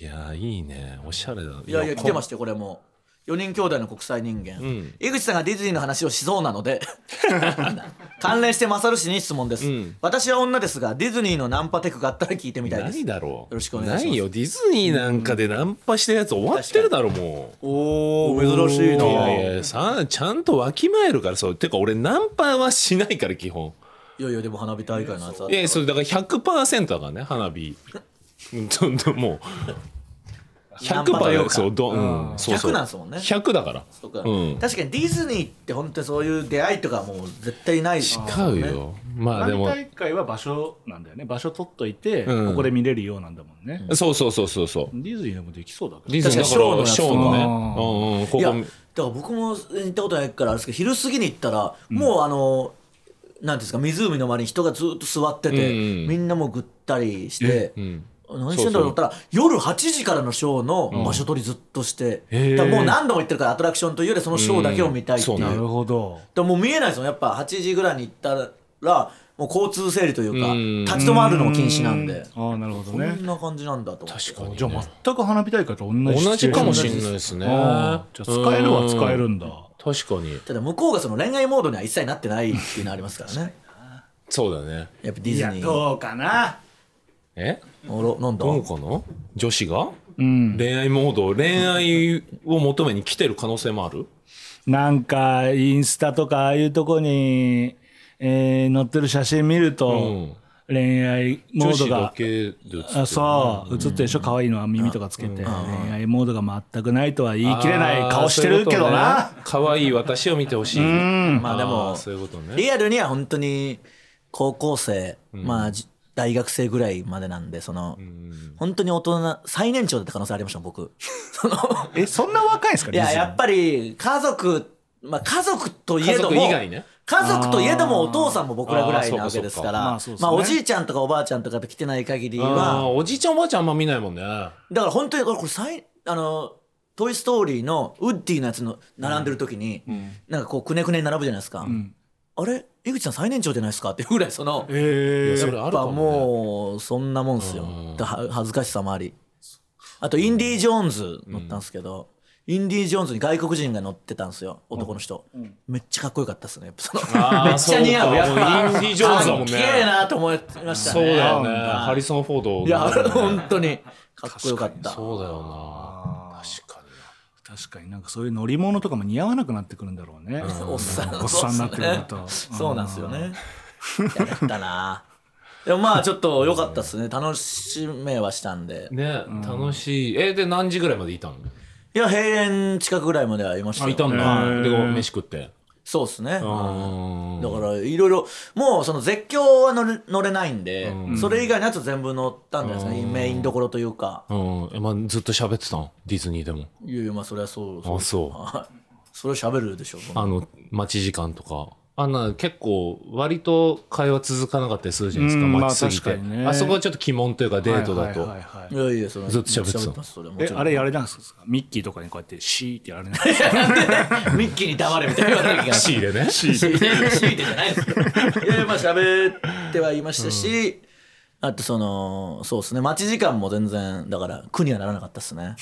[SPEAKER 3] い
[SPEAKER 1] いやーいいねおしゃれだ
[SPEAKER 3] いやいや来てま
[SPEAKER 1] し
[SPEAKER 3] したよこれも4人兄弟の国際人間、
[SPEAKER 1] ん
[SPEAKER 3] 井口さんがディズニーの話をしそうなので 関連して勝氏に質問です、
[SPEAKER 1] うん
[SPEAKER 3] 私は女ですがディズニーのナンパテクがあったら聞いてみたいです
[SPEAKER 1] 何だろう
[SPEAKER 3] よろしくお願いします
[SPEAKER 1] ないよディズニーなんかでナンパしてるやつ終わってるだろもう
[SPEAKER 3] おお珍しい
[SPEAKER 1] いやいやさちゃんとわきまえるからそうてか俺ナンパはしないから基本
[SPEAKER 3] いやいやでも花火大会のやつあっ
[SPEAKER 1] いやそれだから100%だからね花火 うんちょっともう
[SPEAKER 3] ナンパという
[SPEAKER 1] 100%
[SPEAKER 3] か
[SPEAKER 1] そうど、うんそうそう
[SPEAKER 3] 100なんすもんね
[SPEAKER 1] 100だから
[SPEAKER 3] とか、
[SPEAKER 1] うん
[SPEAKER 3] 確かにディズニーって本当にそういう出会いとかもう絶対ないし
[SPEAKER 1] 違うよまあで
[SPEAKER 2] 花火
[SPEAKER 1] も
[SPEAKER 2] 大会は場所なんだよね場所取っといて、
[SPEAKER 1] うん
[SPEAKER 2] ここで見れるようなんだもんね、
[SPEAKER 1] そうそうそうそうそう
[SPEAKER 2] ディズニーでもできそうだけど
[SPEAKER 1] ディズニーだから
[SPEAKER 3] 確かに
[SPEAKER 1] シ
[SPEAKER 3] シ
[SPEAKER 1] ョ
[SPEAKER 3] ョ
[SPEAKER 1] ー
[SPEAKER 3] ー
[SPEAKER 1] の
[SPEAKER 2] の
[SPEAKER 1] ねうん
[SPEAKER 2] やつ
[SPEAKER 1] うんこ
[SPEAKER 3] いや
[SPEAKER 1] こ
[SPEAKER 3] だから僕も行ったことないからあれですけど昼過ぎに行ったら、もうあのなんていうんですか湖の周りに人がずっと座ってて、
[SPEAKER 1] うん
[SPEAKER 3] みんなもうぐったりして、
[SPEAKER 1] うん
[SPEAKER 3] 何してんだろうと思ったら夜8時からのショーの場所取りずっとして、
[SPEAKER 1] へー
[SPEAKER 3] だからもう何度も行ってるからアトラクションというよりそのショーだけを見たいっていう,、
[SPEAKER 1] うんそうな
[SPEAKER 2] なるほど
[SPEAKER 3] でももう見えないですよやっぱ8時ぐらいに行ったらもう交通整理というか、
[SPEAKER 1] うん
[SPEAKER 3] 立ち止まるのも禁止なんで、
[SPEAKER 2] ああなるほど
[SPEAKER 3] こ
[SPEAKER 2] ね
[SPEAKER 3] んな感じなんだと思って
[SPEAKER 1] 確かにね
[SPEAKER 2] じゃあ全く花火大会と同じシチュエ
[SPEAKER 1] 同
[SPEAKER 2] ーショ
[SPEAKER 1] じ
[SPEAKER 2] ン
[SPEAKER 1] かもしれないですね
[SPEAKER 2] あーじゃあ使えるは使える
[SPEAKER 1] うん
[SPEAKER 2] んだ
[SPEAKER 1] 確かに
[SPEAKER 3] ただ向こうがその恋愛モードには一切なってないっていうのはありますからね
[SPEAKER 1] そうだね
[SPEAKER 3] やっぱディズニー
[SPEAKER 2] うかな
[SPEAKER 1] え
[SPEAKER 3] おろなんだ
[SPEAKER 1] どうかな女子が
[SPEAKER 2] うん
[SPEAKER 1] 恋愛モード恋愛を求めに来てる可能性もある
[SPEAKER 2] なんかインスタとかああいうとこに、えー載ってる写真見ると、
[SPEAKER 1] うん
[SPEAKER 2] 恋愛モ
[SPEAKER 1] 女
[SPEAKER 2] ード
[SPEAKER 1] 子だ
[SPEAKER 2] が
[SPEAKER 1] けで映って
[SPEAKER 2] あそう映ってるでしょ可愛いのは耳とかつけて、恋愛モードが全くないとは言い切れない顔してるけどな、
[SPEAKER 1] 可愛い私を見てほしい
[SPEAKER 2] うん
[SPEAKER 3] まあでも
[SPEAKER 1] ーそういうことね
[SPEAKER 3] リアルには本当に高校生、まあじ大学生ぐらいまでなんでその、本当に大人最年長だった可能性ありましたもん僕 その
[SPEAKER 2] えそんな若いんですか
[SPEAKER 3] いや
[SPEAKER 2] リズム
[SPEAKER 3] やっぱり家族まあ家族といえども
[SPEAKER 1] 家族以外ね
[SPEAKER 3] 家族といえどもお父さんも僕らぐらいなわけですから
[SPEAKER 2] あー
[SPEAKER 3] まあ
[SPEAKER 2] そうかそうかまあそうですね
[SPEAKER 3] おじいちゃんとかおばあちゃんとかと来てない限り
[SPEAKER 1] あー
[SPEAKER 3] は
[SPEAKER 1] おじいちゃんおばあちゃんあんま見ないもんね
[SPEAKER 3] だから本当にこれこれ最あの「トイ・ストーリー」のウッディのやつの並んでる時に、なんかこうくねくねに並ぶじゃないですか、あれ井口さん最年長じゃないですかっていうぐらいその。
[SPEAKER 1] いやそれ
[SPEAKER 3] や
[SPEAKER 1] あ
[SPEAKER 3] っ
[SPEAKER 1] るか
[SPEAKER 3] ぱ
[SPEAKER 1] もね
[SPEAKER 3] もうそんなもんすよ
[SPEAKER 1] うん
[SPEAKER 3] だは恥ずかしさもありあとインディ・ージョーンズ乗ったんですけど、インディ・ージョーンズに外国人が乗ってたんですよ男の人、めっちゃかっこよかったっすねやっぱその
[SPEAKER 1] あー
[SPEAKER 3] めっちゃ似合う
[SPEAKER 1] そうか
[SPEAKER 3] やっぱ
[SPEAKER 1] もうインディジョーンズだもんね
[SPEAKER 3] かっけえなと思いました
[SPEAKER 1] そ
[SPEAKER 3] ね
[SPEAKER 1] うだよね
[SPEAKER 3] はい
[SPEAKER 1] ハリソン・フォード
[SPEAKER 3] いや
[SPEAKER 1] だよね
[SPEAKER 3] 本当にかっこよかった
[SPEAKER 1] そうだよな確かに
[SPEAKER 2] 確かになんかそういう乗り物とかも似合わなくなってくるんだろうね、
[SPEAKER 3] おっさん
[SPEAKER 2] おっさんになってくると
[SPEAKER 3] そうっすねそうなんですよねやったなでもまあちょっと良かったっすね楽しめはしたんで
[SPEAKER 1] ね、楽しいえで何時ぐらいまでいたの
[SPEAKER 3] いや閉園近くぐらいまではいました
[SPEAKER 1] あ
[SPEAKER 3] よ
[SPEAKER 1] いたんだで飯食って
[SPEAKER 3] そうですね。だ
[SPEAKER 1] う
[SPEAKER 3] か
[SPEAKER 1] ん
[SPEAKER 3] らいろいろもうその絶叫は乗れ乗れないんで、それ以外のやつ全部乗ったんじゃないですか、メインどころというか
[SPEAKER 1] うんえまあ、ずっと喋ってたのディズニーでも
[SPEAKER 3] いやいやまあそれはそう
[SPEAKER 1] あ
[SPEAKER 3] そう
[SPEAKER 1] そう
[SPEAKER 3] それは喋るでしょう
[SPEAKER 1] あの待ち時間とかあんな結構割と会話続かなかったりするじゃないですか
[SPEAKER 2] うん
[SPEAKER 1] 待ちすぎ
[SPEAKER 2] まあ
[SPEAKER 1] て、
[SPEAKER 2] 確かにね
[SPEAKER 1] あそこはちょっと鬼門というかデートだと、
[SPEAKER 2] はいはいはいはい
[SPEAKER 3] いやいやそれは
[SPEAKER 1] ずっと喋ってたの
[SPEAKER 3] ますそれはも
[SPEAKER 2] え
[SPEAKER 3] ちろん
[SPEAKER 2] あれやれなんですかミッキーとかにこうやってシーってやられない
[SPEAKER 3] ミッキーに黙れみたいな言われなきゃいけな い
[SPEAKER 1] シーでね
[SPEAKER 3] 強いてじゃないですよいやいやまあ喋ってはいましたし、あとそのそうですね待ち時間も全然だから苦にはならなかったですね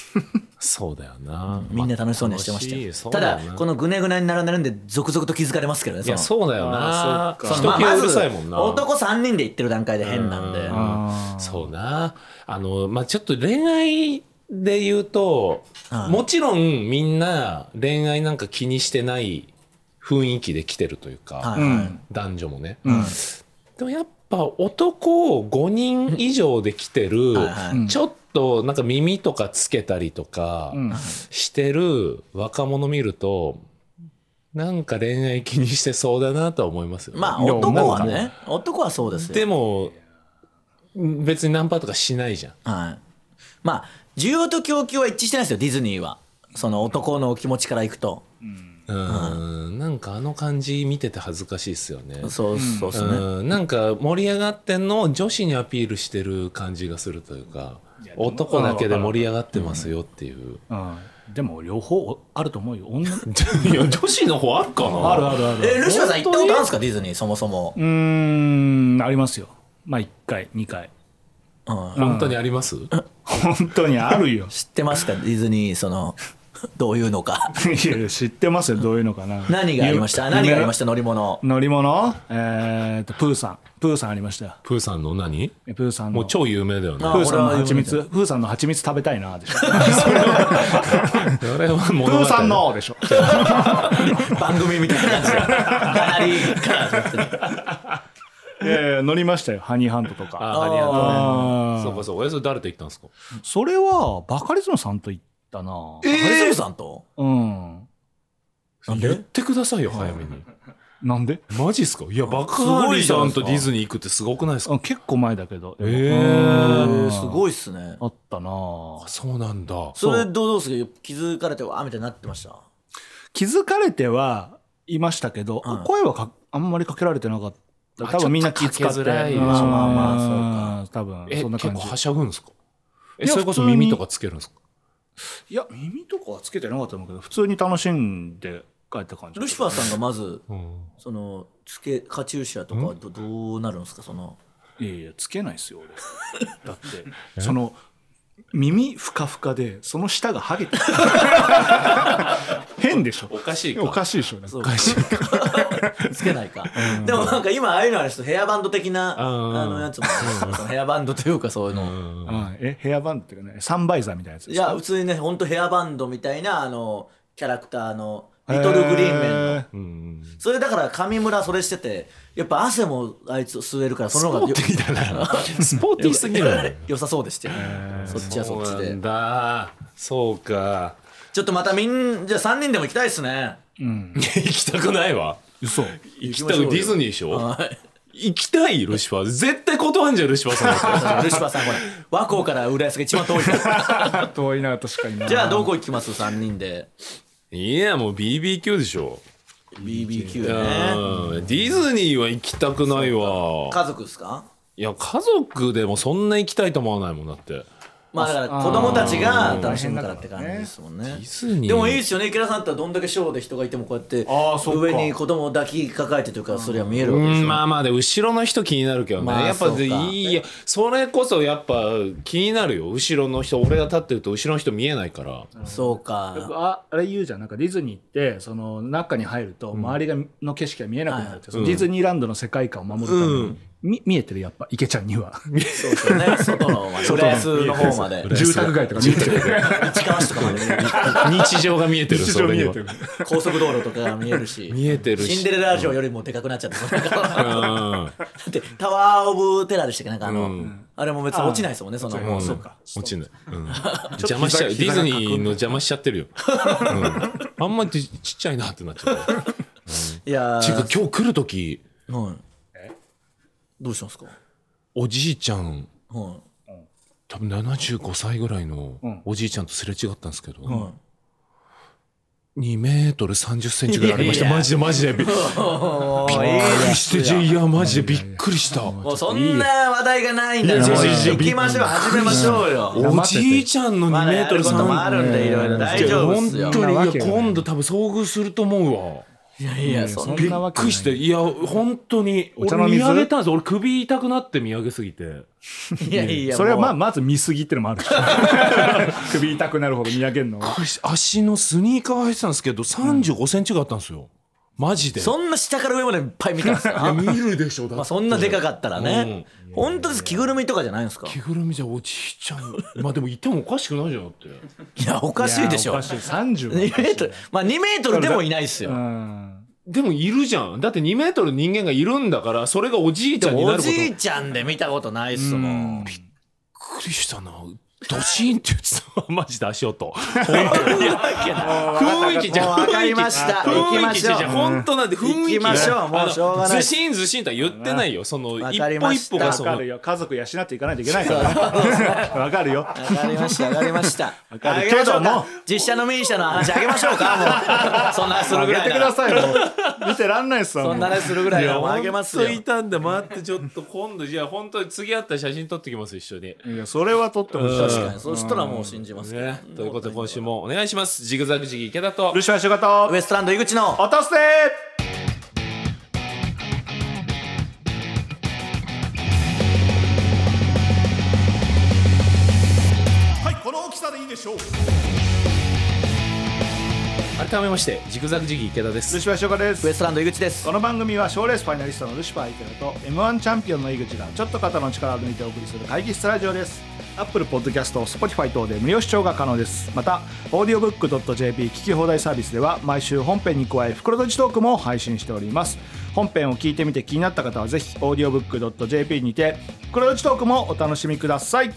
[SPEAKER 1] そうだよな、
[SPEAKER 3] みんな楽しそうにはしてました
[SPEAKER 1] 楽
[SPEAKER 3] よ
[SPEAKER 1] いそう
[SPEAKER 3] た
[SPEAKER 1] だよ
[SPEAKER 3] だ
[SPEAKER 1] な
[SPEAKER 3] このぐねぐねに並んでるんで続々と気づかれますけどね
[SPEAKER 1] いや
[SPEAKER 3] の
[SPEAKER 1] そうだよな
[SPEAKER 2] あー
[SPEAKER 1] ひ
[SPEAKER 2] そっか
[SPEAKER 3] そ
[SPEAKER 1] と
[SPEAKER 3] の
[SPEAKER 1] き
[SPEAKER 3] まあ
[SPEAKER 1] わ
[SPEAKER 3] ま
[SPEAKER 1] うる
[SPEAKER 3] ず
[SPEAKER 1] さいもんな、
[SPEAKER 3] 男3人で行ってる段階で変なんで
[SPEAKER 1] うんそうなあのまあちょっと恋愛で言うと、
[SPEAKER 3] はい
[SPEAKER 1] もちろんみんな恋愛なんか気にしてない雰囲気で来てるというか、
[SPEAKER 3] はい、
[SPEAKER 2] うん
[SPEAKER 1] 男女もね、
[SPEAKER 2] うん
[SPEAKER 1] でもやっぱ男5人以上で来てる
[SPEAKER 3] はいはい
[SPEAKER 1] ちょっとなんか耳とかつけたりとか
[SPEAKER 2] うん
[SPEAKER 1] してる若者見るとなんか恋愛気にしてそうだなとは思いますよね、
[SPEAKER 3] まあ
[SPEAKER 2] いや
[SPEAKER 3] 男は
[SPEAKER 1] なん
[SPEAKER 3] ね男はそうですよ
[SPEAKER 1] でも別にナンパとかしないじゃん
[SPEAKER 3] はい、まあ需要と供給は一致してないですよディズニーはその男の気持ちからいくと、
[SPEAKER 1] うんなんかあの感じ見てて恥ずかしいですよね
[SPEAKER 3] そうそうですね、
[SPEAKER 1] うんなんか盛り上がってんのを女子にアピールしてる感じがするというか男だけで盛り上がってますよっていう。
[SPEAKER 2] うんでも両方あると思うよ女
[SPEAKER 1] いや女子の方あるかな
[SPEAKER 2] あるあるある
[SPEAKER 3] えルシファーさん行ったことあるんですかディズニーそもそも
[SPEAKER 2] うーんありますよまあ1回2回
[SPEAKER 1] 本当にあります、
[SPEAKER 2] 本当にあるよ
[SPEAKER 3] 知ってますかディズニーそのどういうのか
[SPEAKER 2] いやいや知ってますよどういうのかな
[SPEAKER 3] 何がありました
[SPEAKER 2] ゆ
[SPEAKER 3] 何がありました乗り物
[SPEAKER 2] 乗り物えー、とプーさんプーさんありましたよ
[SPEAKER 1] プーさんの何
[SPEAKER 2] えプーさんの
[SPEAKER 1] もう超有名だよね
[SPEAKER 3] あ
[SPEAKER 2] プーさんの
[SPEAKER 3] 俺は
[SPEAKER 2] 蜂蜜プーさんの蜂蜜食べたいな でしょプ
[SPEAKER 1] あれは物語
[SPEAKER 2] ーさんのでしょ
[SPEAKER 3] 番組みたいな感じがかなり
[SPEAKER 2] いやいや乗りましたよハニーハントとか
[SPEAKER 1] あありがとうね
[SPEAKER 2] あー
[SPEAKER 1] そうかそうかえそれ誰と行ったんですか
[SPEAKER 2] それはバカリズムさんと行ったな
[SPEAKER 3] えー、ハリソンさんと
[SPEAKER 2] うん
[SPEAKER 3] なんで
[SPEAKER 1] 言ってくださいよ早めに
[SPEAKER 2] なんで
[SPEAKER 1] マジっすかいやバ
[SPEAKER 3] すご
[SPEAKER 1] カ
[SPEAKER 3] い
[SPEAKER 1] リ
[SPEAKER 3] じ
[SPEAKER 1] さ
[SPEAKER 3] ゃないで
[SPEAKER 1] ん
[SPEAKER 3] すか
[SPEAKER 1] とディズニー行くってすごくないですか
[SPEAKER 2] あ結構前だけどでも
[SPEAKER 1] えー
[SPEAKER 2] うん
[SPEAKER 3] すごいっすね
[SPEAKER 2] あったな
[SPEAKER 1] あそうなんだ
[SPEAKER 3] それどうどうする気づかれてわーみたいになってました
[SPEAKER 2] 気づかれてはいましたけど、
[SPEAKER 3] うん
[SPEAKER 2] 声はかあんまりかけられてなかった
[SPEAKER 1] あ
[SPEAKER 2] 多分みんな
[SPEAKER 1] ち
[SPEAKER 2] 気
[SPEAKER 1] ょっと
[SPEAKER 2] 使
[SPEAKER 1] か
[SPEAKER 2] っ
[SPEAKER 1] け
[SPEAKER 2] て
[SPEAKER 1] づらいでしょ
[SPEAKER 2] うん
[SPEAKER 3] まあまあそう
[SPEAKER 2] 多分
[SPEAKER 1] え
[SPEAKER 2] そんな
[SPEAKER 1] 結
[SPEAKER 2] 感
[SPEAKER 1] 構
[SPEAKER 2] じ
[SPEAKER 1] はしゃぐんですかえ
[SPEAKER 2] いや
[SPEAKER 1] それこそ
[SPEAKER 2] 普通に
[SPEAKER 1] 耳とかつけるんですか
[SPEAKER 2] いや耳とかはつけてなかったと思うけど普通に楽しんで帰った感じ
[SPEAKER 3] ルシファーさんがまず
[SPEAKER 1] うん
[SPEAKER 3] そのつけカチューシャとかはどどうなるんですかそ の
[SPEAKER 2] いやいやつけないですよ俺 だってその耳ふかふかでその下がハゲてる変でしょ
[SPEAKER 1] おかしい
[SPEAKER 2] お
[SPEAKER 1] か
[SPEAKER 2] かしいでしょなんか
[SPEAKER 3] そうかつけないか、でもなんか今ああいうのある人ヘアバンド的な
[SPEAKER 1] うん
[SPEAKER 3] あのやつもあるんです よそのヘアバンドというかそういうの、
[SPEAKER 1] うん
[SPEAKER 2] うんえヘアバンドっていうかねサンバイザーみたいなやつ
[SPEAKER 3] いや普通にねほんとヘアバンドみたいなあのキャラクターのリトルグリーンメンの、
[SPEAKER 2] へー
[SPEAKER 1] うん
[SPEAKER 3] それだから上村それしててやっぱ汗もあいつ吸えるからその方がよ
[SPEAKER 1] スポーティーすぎる
[SPEAKER 3] 良さそうでしてそっちはそっ
[SPEAKER 1] そう
[SPEAKER 3] ち
[SPEAKER 1] なん
[SPEAKER 3] で
[SPEAKER 1] だそうか
[SPEAKER 3] ちょっとまたみんじゃあ3人でも行きたいですね
[SPEAKER 1] 行きたくないわ
[SPEAKER 2] 嘘
[SPEAKER 1] 行き
[SPEAKER 3] ま
[SPEAKER 1] た
[SPEAKER 3] しょう
[SPEAKER 1] い
[SPEAKER 3] よ
[SPEAKER 1] ディズニーでしょ
[SPEAKER 3] はい
[SPEAKER 1] 行きたいルシファー絶対断んじゃんルシファーさんだったら
[SPEAKER 3] ルシファーさんこれ和光から浦安が一番遠いか ら
[SPEAKER 2] 遠いな確かにな
[SPEAKER 3] じゃあどこ行きます3人で
[SPEAKER 1] いやもう BBQ でしょ、
[SPEAKER 3] BBQ
[SPEAKER 1] う
[SPEAKER 3] ね
[SPEAKER 1] んディズニーは行きたくないわ
[SPEAKER 3] 家族ですか
[SPEAKER 1] いや家族でもそんな行きたいと思わないもんだって
[SPEAKER 3] まあだから子供たちが楽しむからって感じですもんね
[SPEAKER 1] ディズニー
[SPEAKER 3] でもいいですよね池田さんだったらどんだけショーで人がいてもこうやって
[SPEAKER 2] あーそっか
[SPEAKER 3] 上に子供を抱きかかえてというかそれは見える
[SPEAKER 1] う
[SPEAKER 3] わけです
[SPEAKER 1] ん
[SPEAKER 3] よ
[SPEAKER 1] まあまあで後ろの人気になるけどね、
[SPEAKER 3] まあ
[SPEAKER 1] やっぱで
[SPEAKER 3] そうか
[SPEAKER 1] いやそれこそやっぱ気になるよ後ろの人俺が立ってると後ろの人見えないから
[SPEAKER 3] そうか
[SPEAKER 2] ああれ言うじゃんなんかディズニーってその中に入ると周りがの景色が見えなくなるって、そのディズニーランドの世界観を守るために、み見えてるやっぱ池ちゃんには
[SPEAKER 3] そうですよね外の浦安の方まで
[SPEAKER 2] 住宅街とか見えてる
[SPEAKER 3] 市川市とかまで見える
[SPEAKER 1] 日常が見えてる
[SPEAKER 2] 日
[SPEAKER 1] そ
[SPEAKER 2] 常
[SPEAKER 1] れに
[SPEAKER 2] 見え
[SPEAKER 1] は
[SPEAKER 2] てる
[SPEAKER 3] 高速道路とかが見えるし
[SPEAKER 1] 見えてるし
[SPEAKER 3] シンデレラ城よりもでかくなっちゃってそれがだ
[SPEAKER 1] うん
[SPEAKER 3] ってタワー・オブ・テラーでしたっけなんかあの、
[SPEAKER 1] うん
[SPEAKER 3] あれも別に落ちないですもんねそのもう
[SPEAKER 1] そうか落ちない、うん、邪魔しちゃうディズニーの邪魔しちゃってるよ、うん、あんまちちっちゃいなってなっちゃう
[SPEAKER 3] いや
[SPEAKER 1] ていう
[SPEAKER 3] ー
[SPEAKER 1] か今日来る時
[SPEAKER 3] はいどうしたんですか、
[SPEAKER 1] おじいちゃん
[SPEAKER 3] はい
[SPEAKER 1] 多分75歳ぐらいの
[SPEAKER 2] うん
[SPEAKER 1] おじいちゃんとすれ違ったんですけど、
[SPEAKER 3] は
[SPEAKER 1] 2メートル30センチぐらいありました
[SPEAKER 3] いやいや
[SPEAKER 1] マジでマジでびびっくりしてじゃいやマジでびっくりした
[SPEAKER 3] い、もうそんな話題がないんだ
[SPEAKER 1] い
[SPEAKER 3] よ
[SPEAKER 1] やいやいや
[SPEAKER 3] 行きましょう始めましょうよ
[SPEAKER 1] おじいちゃんの
[SPEAKER 3] ま
[SPEAKER 1] 2
[SPEAKER 3] だ
[SPEAKER 1] メ
[SPEAKER 3] や
[SPEAKER 1] ート
[SPEAKER 3] る
[SPEAKER 1] ル
[SPEAKER 3] こともあ
[SPEAKER 1] 30
[SPEAKER 3] るんでいろいろ大丈夫っ
[SPEAKER 1] 本
[SPEAKER 3] すよ
[SPEAKER 2] そんなわ
[SPEAKER 1] 当に
[SPEAKER 2] け
[SPEAKER 1] い
[SPEAKER 2] が
[SPEAKER 1] や
[SPEAKER 2] ない
[SPEAKER 1] 今度多分遭遇すると思うわ
[SPEAKER 3] いやいやそんな
[SPEAKER 1] び
[SPEAKER 2] んな
[SPEAKER 1] っ
[SPEAKER 2] わけない
[SPEAKER 1] くりしていや本当に
[SPEAKER 2] お茶の
[SPEAKER 1] 俺見
[SPEAKER 2] 水
[SPEAKER 1] 上げたんです俺首痛くなって見上げすぎて
[SPEAKER 3] いやいや
[SPEAKER 2] それはまあ
[SPEAKER 3] も
[SPEAKER 2] まず見すぎってのもあるし首痛くなるほど見上げるのは
[SPEAKER 1] これ足のスニーカー入ってたんですけど35センチがあったんですよマジ
[SPEAKER 3] う
[SPEAKER 1] で
[SPEAKER 3] そんな下から上までいっぱい見てますよ
[SPEAKER 1] 見るでしょだって
[SPEAKER 3] まあそんなでかかったらね、本当です着ぐるみとかじゃないんですか
[SPEAKER 1] 着ぐるみじゃおじいちゃんまあでもいてもおかしくないじゃんだって
[SPEAKER 3] いやおかしいでし
[SPEAKER 2] や
[SPEAKER 3] ょ
[SPEAKER 2] おかしい30
[SPEAKER 3] 2メートルまあ2メートルでもいないっす
[SPEAKER 2] う
[SPEAKER 3] よ
[SPEAKER 2] ん
[SPEAKER 1] でもいるじゃんだって2メートル人間がいるんだからそれがおじいちゃんにな
[SPEAKER 3] お
[SPEAKER 1] ること
[SPEAKER 3] じ
[SPEAKER 1] びっ
[SPEAKER 3] いちゃんで見たことないっすもん
[SPEAKER 1] くりしたなドシーンって言ってたわ マジで足 音雰囲気じゃん
[SPEAKER 3] もう分かりました行き
[SPEAKER 1] 雰
[SPEAKER 3] ま
[SPEAKER 1] 囲気
[SPEAKER 3] し
[SPEAKER 1] じ
[SPEAKER 3] ょう
[SPEAKER 1] ゃん本当なんで雰囲気
[SPEAKER 3] 行きましょうもうしょうがない
[SPEAKER 1] ずしんずしんとは言ってないよその
[SPEAKER 3] わ
[SPEAKER 1] 一
[SPEAKER 3] かり
[SPEAKER 1] 歩
[SPEAKER 3] ま
[SPEAKER 1] 一
[SPEAKER 3] した
[SPEAKER 1] 歩が
[SPEAKER 2] わ
[SPEAKER 1] そ
[SPEAKER 2] か
[SPEAKER 1] の
[SPEAKER 2] るよ家族養っていかないといけないからねわかるよ
[SPEAKER 3] 分かりました分かりました
[SPEAKER 2] わかる
[SPEAKER 3] あげましょう
[SPEAKER 2] けど
[SPEAKER 3] か
[SPEAKER 2] も
[SPEAKER 3] 実写のミーシャの話あげましょうかもうそんなする
[SPEAKER 2] 上
[SPEAKER 3] ぐ
[SPEAKER 2] げ
[SPEAKER 3] らい
[SPEAKER 2] てく
[SPEAKER 3] な
[SPEAKER 2] だ
[SPEAKER 3] ら
[SPEAKER 2] さいよ見てらんないっすわも
[SPEAKER 3] そ
[SPEAKER 2] うん
[SPEAKER 3] な話するぐらいならもうあ
[SPEAKER 1] 本
[SPEAKER 3] げます
[SPEAKER 1] 当
[SPEAKER 3] よ
[SPEAKER 1] いたんで待ってちょっと今度じゃあ本当に次会ったら写真撮ってきます一緒に。
[SPEAKER 2] いやそれは取ってほしい
[SPEAKER 3] 確かにそしたらもう信じますけど
[SPEAKER 1] ね、ということで今週もお願いしますジグザグジギー池田と
[SPEAKER 2] ルシファー仕事
[SPEAKER 3] ウエストランド井口の
[SPEAKER 2] 落とせ
[SPEAKER 1] 改めましてジグザグジギー池田です
[SPEAKER 2] ルシファー翔子で
[SPEAKER 3] ウエ
[SPEAKER 2] す
[SPEAKER 3] ストランド井口です
[SPEAKER 2] この番組は賞レースファイナリストのルシファー池田と m 1チャンピオンの井口がちょっと肩の力を抜いてお送りする会議室ラジオですアップルポッドキャスト Spotify 等で無料視聴が可能ですまた audiobook.jp 聞き放題サービスでは毎週本編に加え袋閉じトークも配信しております本編を聞いてみて気になった方はぜひ audiobook.jp にて袋閉じトークもお楽しみください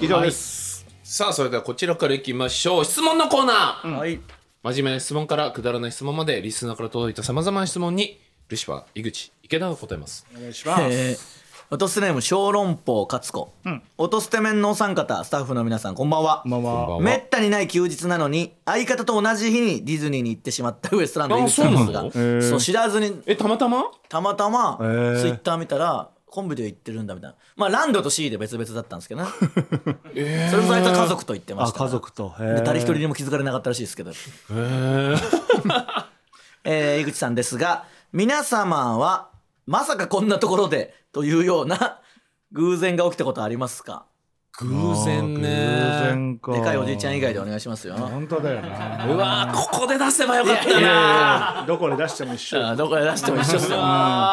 [SPEAKER 2] 以上です、
[SPEAKER 1] さあそれではこちらからいきましょう質問のコーナー、
[SPEAKER 3] はい
[SPEAKER 1] 真面目な質問からくだらない質問までリスナーから届いたさまざまな質問にルシファー井口池田が答えます
[SPEAKER 2] お願いします
[SPEAKER 3] えー落とすネーム小籠包勝子、落とすて面のお三方スタッフの皆さんこんばんは
[SPEAKER 2] こんばんは
[SPEAKER 1] こんばんは
[SPEAKER 3] めったにない休日なのに相方と同じ日にディズニーに行ってしまったウエストランド井口さんです
[SPEAKER 1] あ
[SPEAKER 3] が
[SPEAKER 1] そう
[SPEAKER 2] なの
[SPEAKER 3] そう知らずに
[SPEAKER 1] えたまたま
[SPEAKER 3] たまたま
[SPEAKER 2] へー
[SPEAKER 3] ツイッター見たらコンビで行ってるんだみたいなまあランドとシーで別々だったんですけどねそれこそあいつは家族と行ってま
[SPEAKER 2] あ
[SPEAKER 3] したか
[SPEAKER 2] 家
[SPEAKER 3] ら
[SPEAKER 2] 族とへ
[SPEAKER 3] で
[SPEAKER 2] ー
[SPEAKER 3] 誰一人にも気づかれなかったらしいですけど、
[SPEAKER 1] へえ
[SPEAKER 3] えー井口さんですが皆様はまさかこんなところでというような偶然が起きたことありますか
[SPEAKER 1] 偶然ね
[SPEAKER 2] 偶然か
[SPEAKER 3] でかいおじいちゃん以外でお願いしますよ
[SPEAKER 2] 本当だよな
[SPEAKER 1] うわーここで出せばよかった
[SPEAKER 3] いやいやい
[SPEAKER 1] な
[SPEAKER 2] どこで出しても一緒
[SPEAKER 3] あーどこで出しても一緒っすよ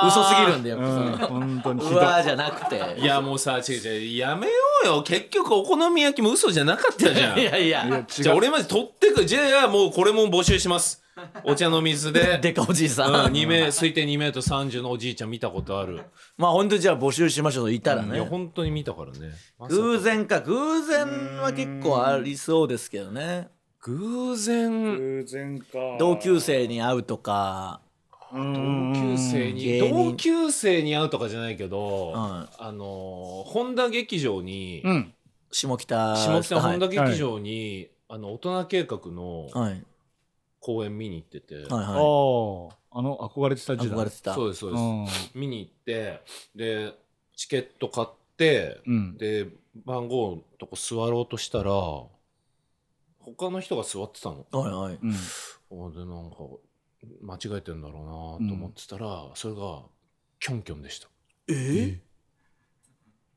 [SPEAKER 3] 嘘すぎるんでよ、
[SPEAKER 2] うん本当にひ
[SPEAKER 3] う
[SPEAKER 2] どい
[SPEAKER 3] わーじゃなくて
[SPEAKER 1] いやもうさ違う違うやめようよ結局お好み焼きも嘘じゃなかったじゃん
[SPEAKER 3] いやいや
[SPEAKER 1] じゃあ俺まで取ってくじゃあもうこれも募集しますお茶の水で
[SPEAKER 3] でかおじいさん、
[SPEAKER 1] うん、2名推定2メートル30のおじいちゃん見たことある、
[SPEAKER 3] まあ本当にじゃあ募集しましょうといたら
[SPEAKER 1] い
[SPEAKER 3] ね、
[SPEAKER 1] や本当に見たからねまさか
[SPEAKER 3] 偶然か偶然は結構ありそうですけどね
[SPEAKER 1] 偶然
[SPEAKER 4] 偶然か
[SPEAKER 3] 同級生に会うとか
[SPEAKER 1] 同級生に
[SPEAKER 3] 芸人
[SPEAKER 1] 同級生に会うとかじゃないけど、
[SPEAKER 3] うん
[SPEAKER 1] あのー本田劇場に、
[SPEAKER 2] うん
[SPEAKER 3] 下北
[SPEAKER 1] 下北
[SPEAKER 3] はい
[SPEAKER 1] 本田劇場に、あの大人計画の
[SPEAKER 3] はい
[SPEAKER 1] 公演見に行ってて、
[SPEAKER 3] はい
[SPEAKER 2] あ
[SPEAKER 3] は
[SPEAKER 2] ーあの憧れてた
[SPEAKER 3] い
[SPEAKER 2] 時代
[SPEAKER 3] 憧れてた
[SPEAKER 1] そうですそう
[SPEAKER 2] う
[SPEAKER 1] です、
[SPEAKER 2] ん
[SPEAKER 1] 見に行ってでチケット買って
[SPEAKER 2] うん
[SPEAKER 1] で番号のとこ座ろうとしたら他の人が座ってたの。
[SPEAKER 3] はいはい
[SPEAKER 2] うん
[SPEAKER 1] あでなんか間違えてんだろうなと思ってたら、それがキョンキョンでした
[SPEAKER 3] え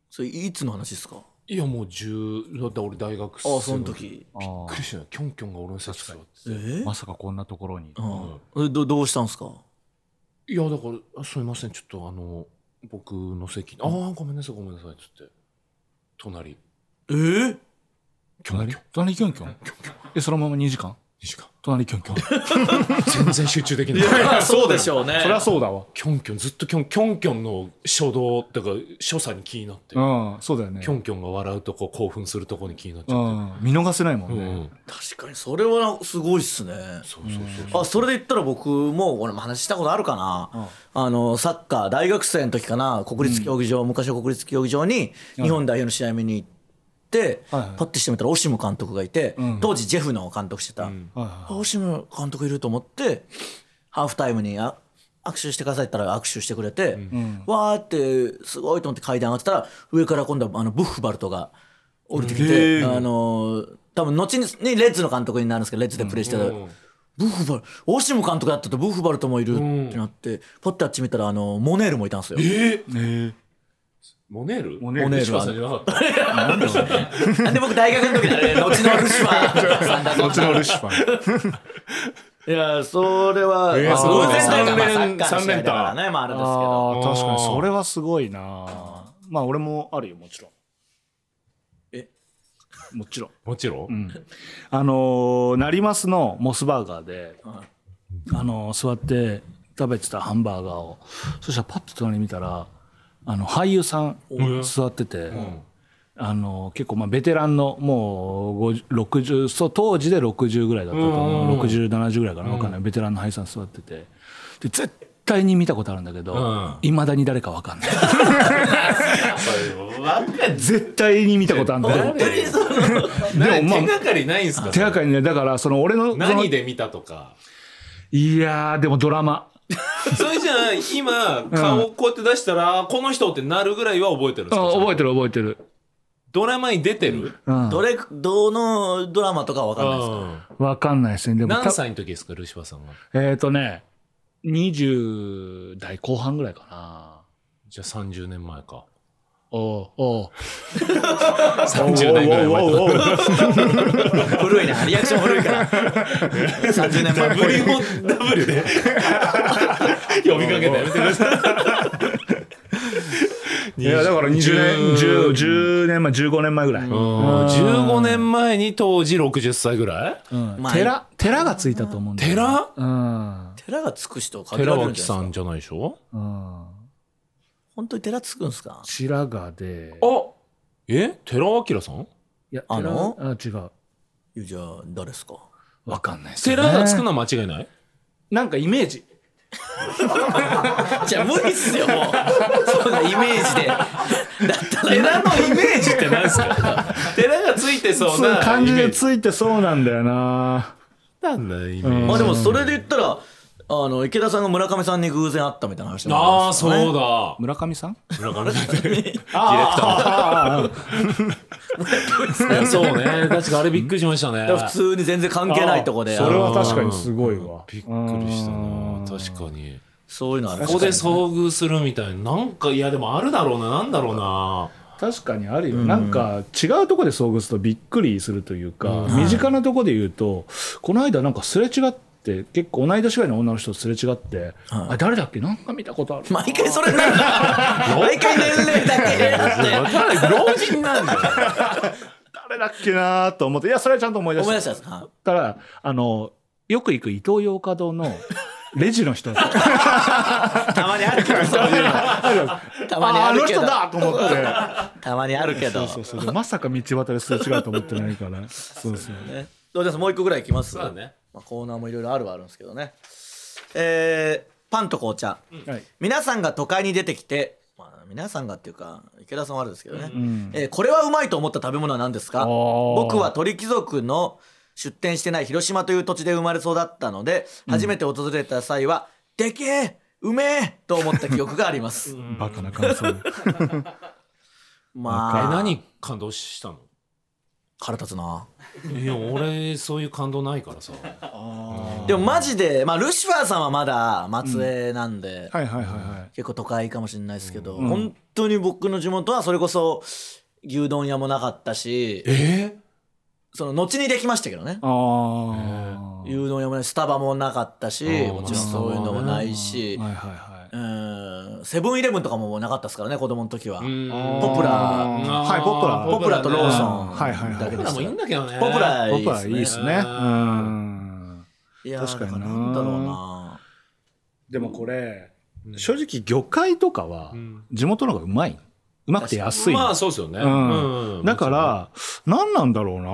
[SPEAKER 3] それいつの話ですか
[SPEAKER 1] いやもう10だって俺大学生
[SPEAKER 3] あその時
[SPEAKER 2] あ
[SPEAKER 1] びっ
[SPEAKER 2] ー
[SPEAKER 1] くりしたよキョンキョンが俺の席座って
[SPEAKER 3] え
[SPEAKER 1] て
[SPEAKER 2] まさかこんなところに
[SPEAKER 3] うんそれどどうしたんですか
[SPEAKER 1] いやだからあすみませんちょっとあの僕の席ああごめんなさいごめんなさいっつって隣
[SPEAKER 3] えー、
[SPEAKER 1] キョンキョン
[SPEAKER 2] 隣キョンキョンえそのまま2時間
[SPEAKER 1] 2時間
[SPEAKER 2] 隣キョンキョン
[SPEAKER 1] 全然集中できない
[SPEAKER 3] あ そうでしょうね
[SPEAKER 2] そりゃそうだわ
[SPEAKER 1] キョンキョンずっとキョンキョンキョンの初動っていうか所作に気になって、
[SPEAKER 2] うんそうだよね
[SPEAKER 1] キョンキョンが笑うとこ興奮するとこに気になっち
[SPEAKER 2] う
[SPEAKER 1] ゃっ
[SPEAKER 2] ん見逃せないも
[SPEAKER 1] て、
[SPEAKER 2] ん
[SPEAKER 1] うん
[SPEAKER 2] ね
[SPEAKER 3] 確かにそれはなすごいっすね
[SPEAKER 1] そうそうそうそう
[SPEAKER 3] あそれで言ったら僕も俺も話したことあるかな、あのサッカー大学生の時かな国立競技場、昔は国立競技場に日本代表の試合見に行っ
[SPEAKER 2] は
[SPEAKER 3] て、
[SPEAKER 2] いはい
[SPEAKER 3] パッてしてみたらオシム監督がいて、
[SPEAKER 2] ん
[SPEAKER 3] 当時ジェフの監督してた、
[SPEAKER 1] ん
[SPEAKER 2] はいは
[SPEAKER 3] あオシム監督いると思ってハーフタイムにあ握手してくださいって言ったら握手してくれて、
[SPEAKER 2] ん
[SPEAKER 3] わーってすごいと思って階段上がってたら上から今度はあのブッフバルトが降りてきて、あのー多分後ににレッズの監督になるんですけどレッズでプレーしてた、
[SPEAKER 1] うん
[SPEAKER 3] ブッフバルオシム監督だったとブッフバルトもいるってなって、パッてあっち見たらあのモネールもいたんですよ。
[SPEAKER 1] モネール
[SPEAKER 2] モネール
[SPEAKER 1] ルルさんじゃなかった
[SPEAKER 3] あで僕大学の 時だね後のルシファーさん
[SPEAKER 2] い
[SPEAKER 3] だ
[SPEAKER 2] 後のルシファー
[SPEAKER 3] いやそれは、
[SPEAKER 1] えー
[SPEAKER 3] まあ
[SPEAKER 1] すごいね
[SPEAKER 3] 偶然というかまあ
[SPEAKER 1] 三連
[SPEAKER 3] サッカーの試合だからねまああれですけど。
[SPEAKER 2] あー確かにそれはすごいなまあ俺もあるよもちろん
[SPEAKER 3] え
[SPEAKER 2] もちろん
[SPEAKER 1] もちろん、
[SPEAKER 2] あのー、なりますのモスバーガーで、
[SPEAKER 3] は
[SPEAKER 2] あのー座って食べてたハンバーガーをそしたらパッと隣見たらあの俳優さん
[SPEAKER 1] うん
[SPEAKER 2] 座ってて、あのー結構まあベテランのもう50 60そう当時で60ぐらいだったと
[SPEAKER 1] うんうん
[SPEAKER 2] 思
[SPEAKER 1] う
[SPEAKER 2] うん6070ぐらいかな分かんない、ベテランの俳優さん座っててで絶対に見たことあるんだけ
[SPEAKER 1] うん
[SPEAKER 2] どいま、未だに誰か分かんない
[SPEAKER 1] わかんない
[SPEAKER 2] 絶対に見たことあるんだけど
[SPEAKER 3] 本当にその
[SPEAKER 1] でも、
[SPEAKER 2] まあ
[SPEAKER 1] 手がかりないんですか
[SPEAKER 2] 手がかりねだからその俺のその
[SPEAKER 1] 何で見たとか
[SPEAKER 2] いやーでもドラマ
[SPEAKER 1] それじゃあ今顔をこうやって出したら、この人ってなるぐらいは覚えてるんですか
[SPEAKER 2] あ覚え
[SPEAKER 1] え
[SPEAKER 2] てる覚えてる、
[SPEAKER 1] ドラマに出てる、
[SPEAKER 2] うん、
[SPEAKER 3] どれどのドラマとかは分かんないですか
[SPEAKER 2] わかんないですね。でもた
[SPEAKER 1] 何歳の時ですかルシファーさんは
[SPEAKER 2] えっ、とね、20代後半ぐらいか
[SPEAKER 1] じゃあ30年前か
[SPEAKER 2] おうおう
[SPEAKER 1] 30代ぐらい前とか
[SPEAKER 3] 古いな、リアクション古いから。30年 前っぽい。
[SPEAKER 1] W で呼びかけてやめてください。
[SPEAKER 2] いやだから20年10 10年前15年前ぐらい、
[SPEAKER 1] うん15年前に当時60歳ぐらい
[SPEAKER 2] うん
[SPEAKER 3] まあ
[SPEAKER 2] 寺寺がついたと思うんだよね
[SPEAKER 1] 寺
[SPEAKER 2] うん
[SPEAKER 3] 寺がつく人限
[SPEAKER 1] 寺
[SPEAKER 3] られるん
[SPEAKER 1] 脇
[SPEAKER 3] じゃ
[SPEAKER 1] さ
[SPEAKER 3] ない
[SPEAKER 1] ん
[SPEAKER 3] ですか。
[SPEAKER 1] じゃないでしょ
[SPEAKER 2] うん
[SPEAKER 3] 本当に寺つくんすか
[SPEAKER 2] 白髪で
[SPEAKER 1] あえ寺脇さん
[SPEAKER 2] いや
[SPEAKER 3] あの
[SPEAKER 2] 寺あ違う
[SPEAKER 3] いやじゃあ、誰ですか
[SPEAKER 2] わかんないですよね
[SPEAKER 1] 寺がつくのは間違いない
[SPEAKER 2] なんかイメージ
[SPEAKER 3] じゃあ無理っすよ、 もう。そんなイメージで。だったら、
[SPEAKER 1] 寺のイメージって何ですか 寺がついてそう
[SPEAKER 2] そうい
[SPEAKER 1] な
[SPEAKER 2] う感じ
[SPEAKER 1] イメー
[SPEAKER 2] で
[SPEAKER 1] ジ
[SPEAKER 2] ついてそうなんだよな
[SPEAKER 1] なんだイメ
[SPEAKER 2] う
[SPEAKER 1] ー
[SPEAKER 2] ん
[SPEAKER 1] ジ
[SPEAKER 3] まあでもそれで言ったら、あの、池田さんが村上さんに偶然会ったみたいな話
[SPEAKER 1] ああそう
[SPEAKER 3] だ
[SPEAKER 1] だ
[SPEAKER 2] 村上さん
[SPEAKER 1] 村上さんディレクタ
[SPEAKER 2] ああ
[SPEAKER 1] ーいやそうね確かあれびっくりしましたね
[SPEAKER 3] だから 普通に全然関係ないとこで、
[SPEAKER 2] それ
[SPEAKER 3] あ
[SPEAKER 2] は
[SPEAKER 3] の
[SPEAKER 2] 確かにすごいわ
[SPEAKER 1] びっくりしたな確かに
[SPEAKER 3] そういうのある
[SPEAKER 1] ここで遭遇するみたいななんかいやでもあるだろうななんだろうな
[SPEAKER 2] 確かにあるよ、なんか違うとこで遭遇するとびっくりするというか、
[SPEAKER 1] うん
[SPEAKER 2] 身近なとこで言うとこの間なんかすれ違って結構同い年ぐらいの女の人とすれ違って、あ誰だっけなんか見たことある
[SPEAKER 3] 毎回それ なんだ。毎回年齢だけだって。
[SPEAKER 1] 老人なんだよ
[SPEAKER 2] 誰だっけなと思っていやそれはちゃんと思い出し
[SPEAKER 3] 思
[SPEAKER 2] た
[SPEAKER 3] い 出したんですか
[SPEAKER 2] からあのよく行く伊東洋華堂のレジの人
[SPEAKER 3] たまにあるけど、そういうの。 たまにあるけど
[SPEAKER 2] あ。あの人だと思って
[SPEAKER 3] たまにあるけど。
[SPEAKER 2] そうそうそうまさか道端ですれ違うと思ってないからそうそう
[SPEAKER 3] ねどうですもう一個ぐらいいきます
[SPEAKER 1] そうだね
[SPEAKER 3] まあ、コーナーもいろいろあるはあるんですけどね。えーパンと紅茶。
[SPEAKER 2] はい
[SPEAKER 3] 皆さんが都会に出てきて、まあ、皆さんがっていうか、池田さんはあるんですけどね。
[SPEAKER 2] ん
[SPEAKER 3] えーこれはうまいと思った食べ物は何ですか
[SPEAKER 2] あー
[SPEAKER 3] 僕は鳥貴族の出店してない広島という土地で生まれ育ったので、初めて訪れた際は、でけえうめえと思った記憶があります。
[SPEAKER 2] バカな感想
[SPEAKER 1] え
[SPEAKER 3] まあ、
[SPEAKER 1] 何感動したの
[SPEAKER 3] 腹立つな。
[SPEAKER 1] いや俺そういう感動ないからさ
[SPEAKER 3] でもマジで、まあ、ルシファーさんはまだ松江なんで、
[SPEAKER 2] はいはいはいはい
[SPEAKER 3] 結構都会かもしれないですけど、
[SPEAKER 2] ん
[SPEAKER 3] 本当に僕の地元はそれこそ牛丼屋もなかったし
[SPEAKER 1] え
[SPEAKER 3] その後にできましたけどね
[SPEAKER 2] あ
[SPEAKER 3] 牛丼屋もないスタバもなかったし
[SPEAKER 1] うん
[SPEAKER 3] もちろんそういうのもないし
[SPEAKER 2] はいはいはい
[SPEAKER 3] うんセブンイレブンとかもなかったですからね子供の時は、
[SPEAKER 1] ポ
[SPEAKER 3] プラ
[SPEAKER 2] はいポプラ
[SPEAKER 3] ポプラとローソン
[SPEAKER 2] うんはいはいはい
[SPEAKER 3] だけ
[SPEAKER 1] ポプ
[SPEAKER 3] で
[SPEAKER 1] ラも
[SPEAKER 3] した
[SPEAKER 1] いいんだけどね
[SPEAKER 3] ポプラ
[SPEAKER 2] ポプラいい
[SPEAKER 3] いい
[SPEAKER 2] で
[SPEAKER 3] っ
[SPEAKER 2] す
[SPEAKER 3] す
[SPEAKER 1] ね
[SPEAKER 2] ねうん
[SPEAKER 3] いや
[SPEAKER 2] 確かにな
[SPEAKER 3] だらなんだろうな
[SPEAKER 2] でもこれ正直魚介とかは
[SPEAKER 1] うん
[SPEAKER 2] 地元の方がうまいうまくて安い
[SPEAKER 1] まあそうですよね
[SPEAKER 2] うん
[SPEAKER 1] うん
[SPEAKER 2] だから何なんだろうな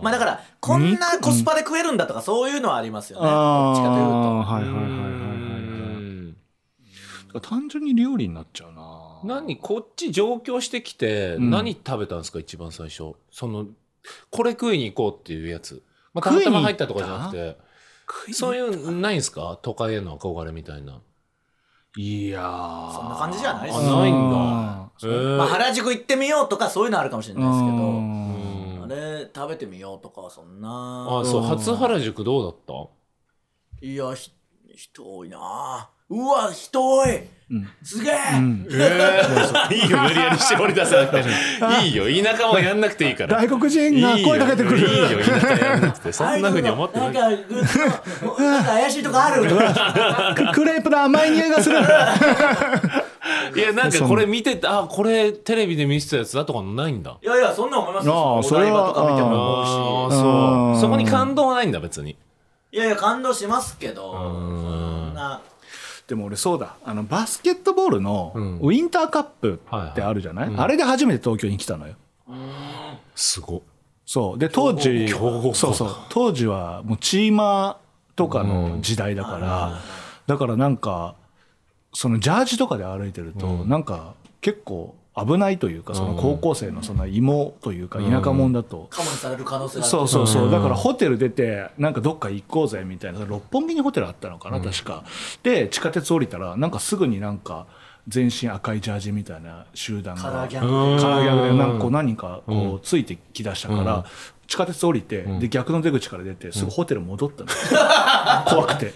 [SPEAKER 3] まあだからこんなコスパで食えるんだとかそういうのはありますよねどっちかとい
[SPEAKER 2] ああ
[SPEAKER 3] うと
[SPEAKER 2] ー
[SPEAKER 1] う
[SPEAKER 2] はいはいはいはいはいはい
[SPEAKER 1] ん
[SPEAKER 2] だから単純に料理になっちゃうな
[SPEAKER 1] 何こっち上京してきて
[SPEAKER 2] ん
[SPEAKER 1] 何食べたんですか一番最初そのこれ食いに行こうっていうやつまあた
[SPEAKER 2] 食
[SPEAKER 1] ま
[SPEAKER 2] いに行った
[SPEAKER 1] たま入ったとかじゃなくて
[SPEAKER 2] 食い
[SPEAKER 1] そういうないんですか都会への憧れみたいない
[SPEAKER 2] やー
[SPEAKER 3] そんな感じじゃないです
[SPEAKER 1] あないんだ
[SPEAKER 2] あ
[SPEAKER 1] へー
[SPEAKER 3] まあ、原宿行ってみようとかそういうのあるかもしれないですけど、
[SPEAKER 1] うん
[SPEAKER 3] あれ食べてみようとかはそんな
[SPEAKER 1] あそう
[SPEAKER 2] うん
[SPEAKER 1] 初原宿どうだった
[SPEAKER 3] いやひ人多いなうわ人多い
[SPEAKER 2] うん
[SPEAKER 3] すげえ、
[SPEAKER 2] う ん
[SPEAKER 1] いいよ無理やり絞り出さなくていいよ田舎もやんなくていいか
[SPEAKER 2] 外国人が声かけてくる
[SPEAKER 1] いいよ田舎やんなくてそんなふうに思ってない
[SPEAKER 3] なんかグッともうなんか怪しいとこある
[SPEAKER 2] クレープの甘い匂いがする
[SPEAKER 1] いやなんかこれ見ててあこれテレビで見せたやつだとかないんだ
[SPEAKER 3] いやいやそんなん思います
[SPEAKER 2] あー
[SPEAKER 3] よそのお台場とか見て
[SPEAKER 2] それ
[SPEAKER 3] も
[SPEAKER 1] あ
[SPEAKER 3] 思う
[SPEAKER 1] あ
[SPEAKER 3] し
[SPEAKER 1] そう
[SPEAKER 2] うん
[SPEAKER 1] そこに感動はないんだ別に
[SPEAKER 3] いやいや感動しますけどそんな
[SPEAKER 2] でも俺そうだあのバスケットボールの
[SPEAKER 1] ん
[SPEAKER 2] ウィンターカップってあるじゃない、
[SPEAKER 1] はいはいうん
[SPEAKER 2] あれで初めて東京に来たのよ
[SPEAKER 1] すご
[SPEAKER 2] そうで当時
[SPEAKER 1] 強豪校
[SPEAKER 2] そうそう当時はもうチーマーとかの時代だから、だからなんかそのジャージとかで歩いてると、なんか結構危ないというかその高校生のその芋というか田舎者だと、
[SPEAKER 3] カモにされる可能性がある
[SPEAKER 2] そうそうそう、だからホテル出てなんかどっか行こうぜみたいな六本木にホテルあったのかな、確かで地下鉄降りたらなんかすぐになんか全身赤いジャージみたいな集団
[SPEAKER 3] カラ
[SPEAKER 2] が
[SPEAKER 3] ーギャン
[SPEAKER 1] うん
[SPEAKER 2] カラーギャグでなんかこう何人かこうついてきだしたから、地下鉄降りて、で逆の出口から出てすぐホテル戻ったの、 怖くて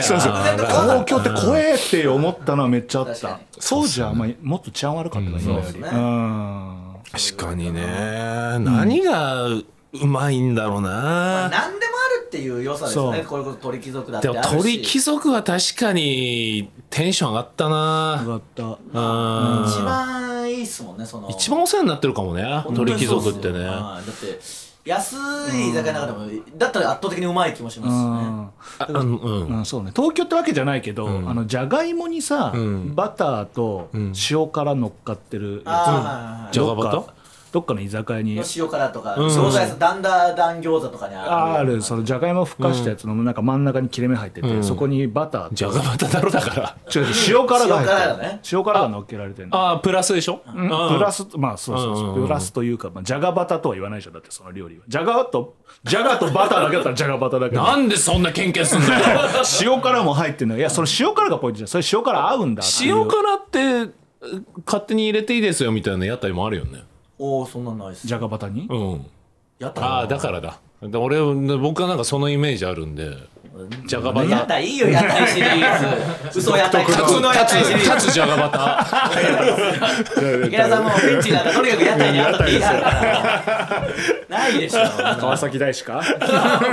[SPEAKER 2] そうそう東京って怖えって思ったのはめっちゃあっ
[SPEAKER 3] 確か
[SPEAKER 2] たそうじゃん、まあ、もっと治安悪かったな、今よ
[SPEAKER 3] そう
[SPEAKER 2] り、
[SPEAKER 3] ですね
[SPEAKER 2] うん
[SPEAKER 1] 確かにね、何がうまいんだろう
[SPEAKER 3] まあ
[SPEAKER 1] な、
[SPEAKER 3] 何でもあるっていう良さですよね
[SPEAKER 2] そう
[SPEAKER 3] これこそ鳥貴族だって
[SPEAKER 1] で
[SPEAKER 3] あ
[SPEAKER 1] も
[SPEAKER 3] るし
[SPEAKER 1] 鳥貴族は確かにテンション上がった
[SPEAKER 2] 上
[SPEAKER 1] な
[SPEAKER 2] がった
[SPEAKER 1] うん
[SPEAKER 3] 一番いいっすもんねその
[SPEAKER 1] 一番お世話になってるかもね鳥貴族ってねあ
[SPEAKER 3] 本当にそうっすよはいだって安い居酒屋の中でもだったら圧倒的にうまい気もしますしね
[SPEAKER 1] あのうん、
[SPEAKER 2] うん、そうね東京ってわけじゃないけど、
[SPEAKER 1] うん
[SPEAKER 2] あのじゃがいもにさ、
[SPEAKER 1] うん
[SPEAKER 2] バターと
[SPEAKER 1] うん
[SPEAKER 2] 塩辛乗っかってるや
[SPEAKER 3] あー
[SPEAKER 2] つ、
[SPEAKER 1] はい
[SPEAKER 2] ど
[SPEAKER 1] はい
[SPEAKER 2] っ
[SPEAKER 1] はいじゃがバ
[SPEAKER 2] かどっかの居酒屋に
[SPEAKER 3] の塩辛とか
[SPEAKER 1] うん
[SPEAKER 3] 餃子屋さんだんだだん餃子とかに
[SPEAKER 2] あ
[SPEAKER 3] る
[SPEAKER 2] るそのじゃがいもふかしたやつのなんか真ん中に切れ目入ってて、
[SPEAKER 1] うん
[SPEAKER 2] そこにバター
[SPEAKER 1] じ
[SPEAKER 2] と
[SPEAKER 1] ゃがバタだろだから
[SPEAKER 2] 違う違う塩辛が入っ
[SPEAKER 3] 塩辛だ
[SPEAKER 2] てる
[SPEAKER 3] ね
[SPEAKER 2] 塩辛が乗っけられてるの
[SPEAKER 1] ああプラスでしょ、うん、
[SPEAKER 2] プラスまあそうそうそう
[SPEAKER 1] うんうんうん
[SPEAKER 2] プラスというか、まあ、じゃがバタとは言わないじゃんだってその料理はじゃがとじゃがとバターだけだったらじゃがバタだけど
[SPEAKER 1] なんでそんな献血すんだよ
[SPEAKER 2] 塩辛も入ってるのいやその塩辛がポイントじゃんそれ塩辛合うんだっていう
[SPEAKER 1] 塩辛ってう勝手に入れていいですよみたいな屋台もあるよね
[SPEAKER 3] おおそんなんないっす
[SPEAKER 2] じゃがバタに
[SPEAKER 1] うん
[SPEAKER 3] やった
[SPEAKER 1] ああだからだで俺僕はなんかそのイメージあるんでじゃがバ
[SPEAKER 3] 屋
[SPEAKER 1] タ
[SPEAKER 3] 台いいよ屋台シリーズ嘘屋台架空の屋台シリーズ
[SPEAKER 1] 立つじゃがバタ
[SPEAKER 3] 池田さんもピンチになったらとにかく屋台にあったっていいだろうからないでしょ
[SPEAKER 2] 川崎大 師か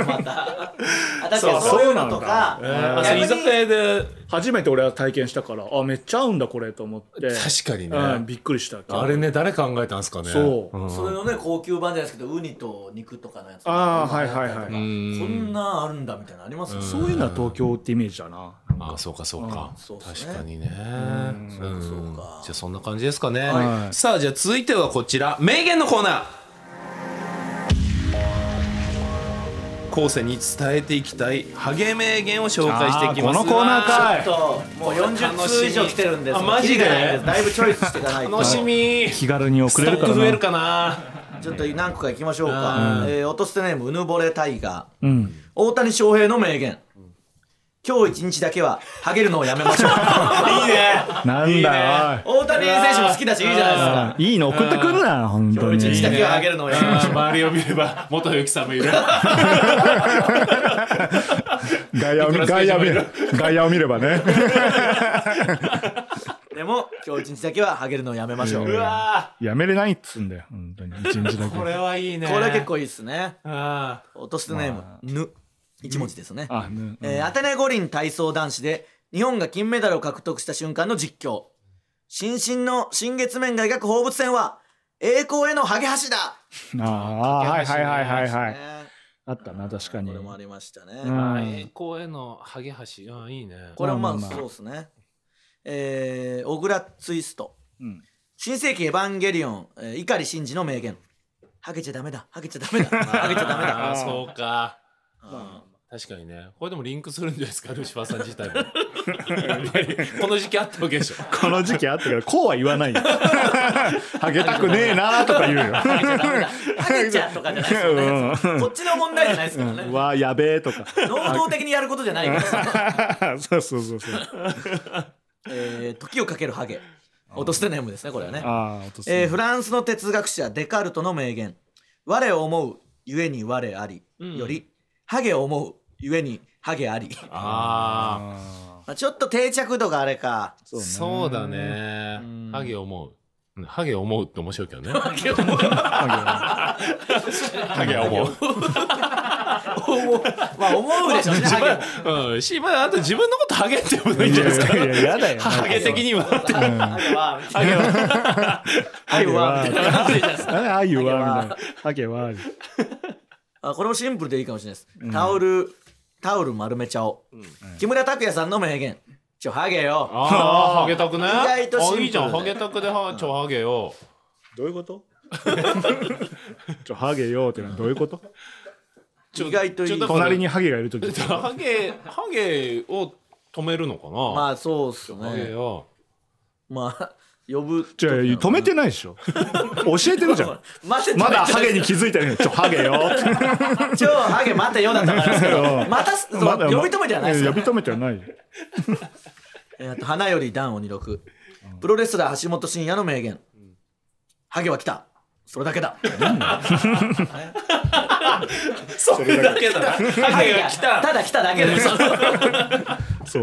[SPEAKER 3] またあ確かにそういうのとか
[SPEAKER 1] あ そう居酒屋で
[SPEAKER 2] 初めて俺は体験したからあめっちゃ合うんだこれと思って
[SPEAKER 1] 確かにね、
[SPEAKER 2] うん、びっくりした
[SPEAKER 1] あれね誰考えたんですかね
[SPEAKER 2] そう
[SPEAKER 1] うん
[SPEAKER 3] そういうのね高級版じゃないですけどウニと肉とかのやつ
[SPEAKER 2] あーはいはいはい
[SPEAKER 3] こんなんあるんだみたいなのありますよね
[SPEAKER 2] そういうのは東京ってイメージだな
[SPEAKER 1] ああそうかそうか、
[SPEAKER 3] そうっすね
[SPEAKER 1] 確かにねう
[SPEAKER 3] うんかそうか
[SPEAKER 1] じゃあそんな感じですかね、
[SPEAKER 2] はい
[SPEAKER 1] さあじゃあ続いてはこちら名言のコーナー後世に伝えていきたい励め名言を紹介していきます
[SPEAKER 2] あーこのコーナーか
[SPEAKER 3] ちょっともう40通以上来てるんで
[SPEAKER 1] あマジで
[SPEAKER 3] そのキリがないんだいぶチョイスしていかないと
[SPEAKER 1] 楽しみ
[SPEAKER 2] 気軽に送
[SPEAKER 1] ス
[SPEAKER 2] れ
[SPEAKER 1] トッ
[SPEAKER 2] るか
[SPEAKER 1] ク
[SPEAKER 2] ら
[SPEAKER 1] 増える
[SPEAKER 2] な
[SPEAKER 1] かな
[SPEAKER 3] ちょっと何個かいきましょうか、えー、落とすてネームうぬぼれタイガー
[SPEAKER 2] うん
[SPEAKER 3] 大谷翔平の名言今日一日だけはハゲるのをやめま しょういいね
[SPEAKER 2] なんだ
[SPEAKER 3] 大谷選手も好きだしいいじゃないですか
[SPEAKER 2] よいいの送ってくるな本当に
[SPEAKER 3] 一日だけはハゲるのをやめましょう
[SPEAKER 1] 周りを見れば元由紀さんもいる
[SPEAKER 2] 外野を見外野を見れば外野を見ればね
[SPEAKER 3] でも今日一日だけはハゲるのをやめましょう
[SPEAKER 2] う
[SPEAKER 3] うわ
[SPEAKER 1] わ
[SPEAKER 2] やめれないっつうんだよ本当に一日だけ
[SPEAKER 1] ーこれはいいね
[SPEAKER 3] これは結構いいですね
[SPEAKER 1] あ
[SPEAKER 3] 落とすてネーム、ぬ一文字ですね、
[SPEAKER 2] あね
[SPEAKER 3] えーアテネ五輪体操男子で日本が金メダルを獲得した瞬間の実況新進の新月面が描く放物線は栄光へのハゲ橋だ
[SPEAKER 2] ああはいはいはいはいはい
[SPEAKER 3] ね
[SPEAKER 2] あったな確かに
[SPEAKER 3] これもありましたね、
[SPEAKER 2] うん
[SPEAKER 1] あ栄光へのハゲ橋うんいいね
[SPEAKER 3] これもまあ
[SPEAKER 2] まあまあまあ
[SPEAKER 3] そうですねえー小倉ツイスト
[SPEAKER 2] うん
[SPEAKER 3] 新世紀エヴァンゲリオン、えー、碇シンジの名言ハゲちゃダメだハゲちゃダメ だハゲちゃダメだ
[SPEAKER 1] あーそうか
[SPEAKER 3] うん
[SPEAKER 1] 確かにねこれでもリンクするんじゃないですかルシファーさん自体も やっぱりこの時期あったわけでしょ
[SPEAKER 2] この時期あったからこうは言わないよハゲたくねえなーとか言うよ
[SPEAKER 3] ハゲちゃダメだハゲちゃとかじゃないですよねこっちの問題じゃないですからね
[SPEAKER 2] うわやべえとか
[SPEAKER 3] 能動的にやることじゃないからさ
[SPEAKER 2] そうそうそうそう
[SPEAKER 3] えー時をかけるハゲ落としてネームですねこれはね、
[SPEAKER 2] ああ落とす
[SPEAKER 3] えーフランスの哲学者デカルトの名言「我を思うゆえに我あり」より「ハゲを思うゆえにハゲあり」
[SPEAKER 1] あ
[SPEAKER 2] あ
[SPEAKER 3] まあちょっと定着度があれ か
[SPEAKER 1] あそうだねハゲ思ううんハゲ思うって面白いけどね
[SPEAKER 3] ハゲ思う
[SPEAKER 1] ハゲ思う
[SPEAKER 3] まあ思うでし ょうねハゲ
[SPEAKER 1] うんしまああと自分のことハゲって呼ぶのいいんじゃないですか
[SPEAKER 2] いやいやいややだよ
[SPEAKER 1] ハゲ的には
[SPEAKER 3] ハゲはハゲはハゲはみたいな感じじゃないですか
[SPEAKER 2] ああいうわみたいなハゲはある
[SPEAKER 3] あこれもシンプルでいいかもしれないです、タオルタオル丸めちゃおう、木村拓哉さんの名言「ちょハゲよ」
[SPEAKER 1] ああハゲタクね
[SPEAKER 3] 意外とシンプ
[SPEAKER 1] あ
[SPEAKER 3] ルで
[SPEAKER 1] いいじゃんハゲタクではちょハゲよ
[SPEAKER 4] どういうこと
[SPEAKER 2] ちょハゲよってのはどういうこと
[SPEAKER 1] ちょ
[SPEAKER 3] 意外といい
[SPEAKER 1] ちょっと
[SPEAKER 2] 隣にハゲがいる とき
[SPEAKER 1] ハゲハゲを止めるのか
[SPEAKER 3] ま
[SPEAKER 1] な
[SPEAKER 3] あそうっす
[SPEAKER 1] ハゲ
[SPEAKER 3] ね
[SPEAKER 1] よ
[SPEAKER 3] まあ呼ぶ
[SPEAKER 2] じゃあ止めてないでしょ教えてるじゃん
[SPEAKER 3] 待て
[SPEAKER 2] まだハゲ
[SPEAKER 3] に
[SPEAKER 2] に気づいてないのにちょハゲよって
[SPEAKER 3] 超ハゲ待てよだったからです けどまたすそ
[SPEAKER 2] まだ
[SPEAKER 3] の呼び止めじゃないです
[SPEAKER 2] 呼び
[SPEAKER 3] か
[SPEAKER 2] 止めてはないよ
[SPEAKER 3] えーと花より段を26プロレスラー橋本真也の名言ハゲは来たそれだけだ。
[SPEAKER 1] それだけだな。ハゲが来た。
[SPEAKER 3] ただ来ただけです。
[SPEAKER 2] そ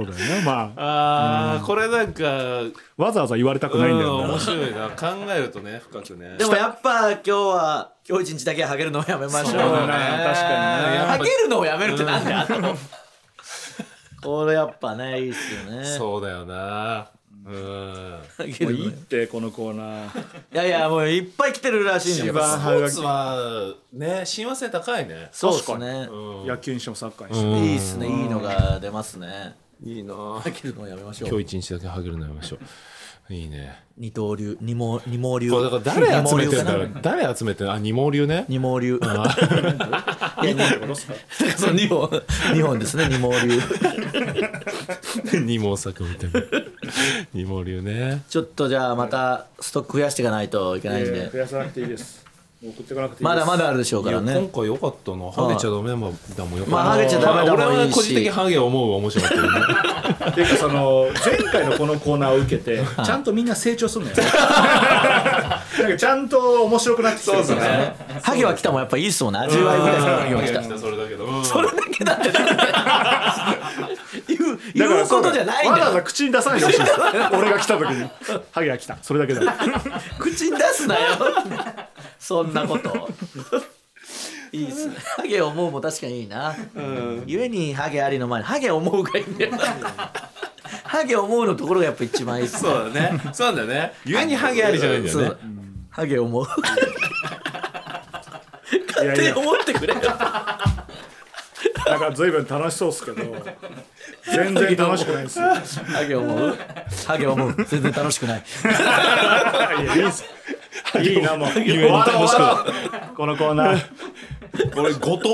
[SPEAKER 2] うだよねまあ
[SPEAKER 1] あー、これなんか、
[SPEAKER 2] わざわざ言われたくないんだ
[SPEAKER 1] う
[SPEAKER 2] よ
[SPEAKER 1] ん
[SPEAKER 2] な
[SPEAKER 1] 面白いな。考えるとね、深くね。
[SPEAKER 3] でもやっぱ今日は今日一日だけハゲるのをやめましょう。
[SPEAKER 1] そうだね確かにね
[SPEAKER 3] ハゲるのをやめるってなんだよ。あのこれやっぱねいいっすよね。
[SPEAKER 1] そうだよな。うん。
[SPEAKER 3] ハゲ
[SPEAKER 4] もう
[SPEAKER 3] るの
[SPEAKER 4] いいってこのコーナー
[SPEAKER 3] いやいやもういっぱい来てるらしいん
[SPEAKER 1] や
[SPEAKER 3] だよ
[SPEAKER 1] っぱスポーツはね、親和性高いね。
[SPEAKER 3] そうですね。
[SPEAKER 1] うん
[SPEAKER 4] 野球にしてもサッカーにしても
[SPEAKER 3] いいっすねいいのが出ますね。
[SPEAKER 1] いいな
[SPEAKER 3] ハゲるのをやめましょ
[SPEAKER 1] 今
[SPEAKER 3] う。
[SPEAKER 1] 日一日だけハゲるのやめましょう。いいね。
[SPEAKER 3] 二刀流二毛二毛流。
[SPEAKER 1] これだから誰集めてんだろ
[SPEAKER 3] う
[SPEAKER 1] う。誰集めてんのあ、二毛流 ね。
[SPEAKER 3] 二毛流。いや
[SPEAKER 4] ってことっすか
[SPEAKER 3] その二本二本ですね二毛流。
[SPEAKER 1] 二毛作みたいな。二毛流ね。
[SPEAKER 3] ちょっとじゃあまたストック増やしていかないといけないん
[SPEAKER 4] えー増
[SPEAKER 3] で。
[SPEAKER 4] やさなくていいですもう送っていかなくていいです
[SPEAKER 3] まだまだあるでしょうから
[SPEAKER 1] いや今
[SPEAKER 3] ね。
[SPEAKER 1] 回良かったな。ハゲちゃダメだもんよかった。
[SPEAKER 3] まあハゲちゃダメだもんいい
[SPEAKER 1] 俺は
[SPEAKER 3] し
[SPEAKER 1] 個人的にハゲ思うは面白かった よね。
[SPEAKER 4] っていうかその前回のこのコーナーを受けてちゃんとみんな成長するのよなんかちゃんと面白くなってきてるからね
[SPEAKER 3] ハゲは来たもやっぱいいっすもんね。10倍ぐらいのハゲは来た。
[SPEAKER 1] それだけど。
[SPEAKER 3] それだけだって言う言うことじゃないん
[SPEAKER 2] わ
[SPEAKER 3] だ
[SPEAKER 2] ざわ
[SPEAKER 3] よ。
[SPEAKER 2] ざ口に出さないでほしいです俺が来た時にハゲが来たそれだけ だ
[SPEAKER 3] 口に出すなよ。そんなこと。いいっすね。ハゲ思うも確かにいいな。ゆえにハゲありの前にハゲ思うがいいんだよ。ハゲ思うのところがやっぱ一番いいっす
[SPEAKER 1] そ
[SPEAKER 3] ね。
[SPEAKER 1] うだね。そうなんだよね。ゆえにハゲありじゃないんだよ
[SPEAKER 3] そ
[SPEAKER 1] ね
[SPEAKER 3] う。ハゲ思う。
[SPEAKER 4] いや
[SPEAKER 3] っ
[SPEAKER 4] い
[SPEAKER 3] て
[SPEAKER 4] や
[SPEAKER 3] 思ってくれよ。
[SPEAKER 4] なんか随分楽しそうっすけど全然楽しくないですよ
[SPEAKER 3] ハゲ思うハゲ思う全然楽しくない
[SPEAKER 4] いやいいっすいいなもう終
[SPEAKER 1] えに
[SPEAKER 4] わろう
[SPEAKER 1] 楽し
[SPEAKER 4] 終
[SPEAKER 1] くない
[SPEAKER 4] わろうこのコーナー
[SPEAKER 1] これ後藤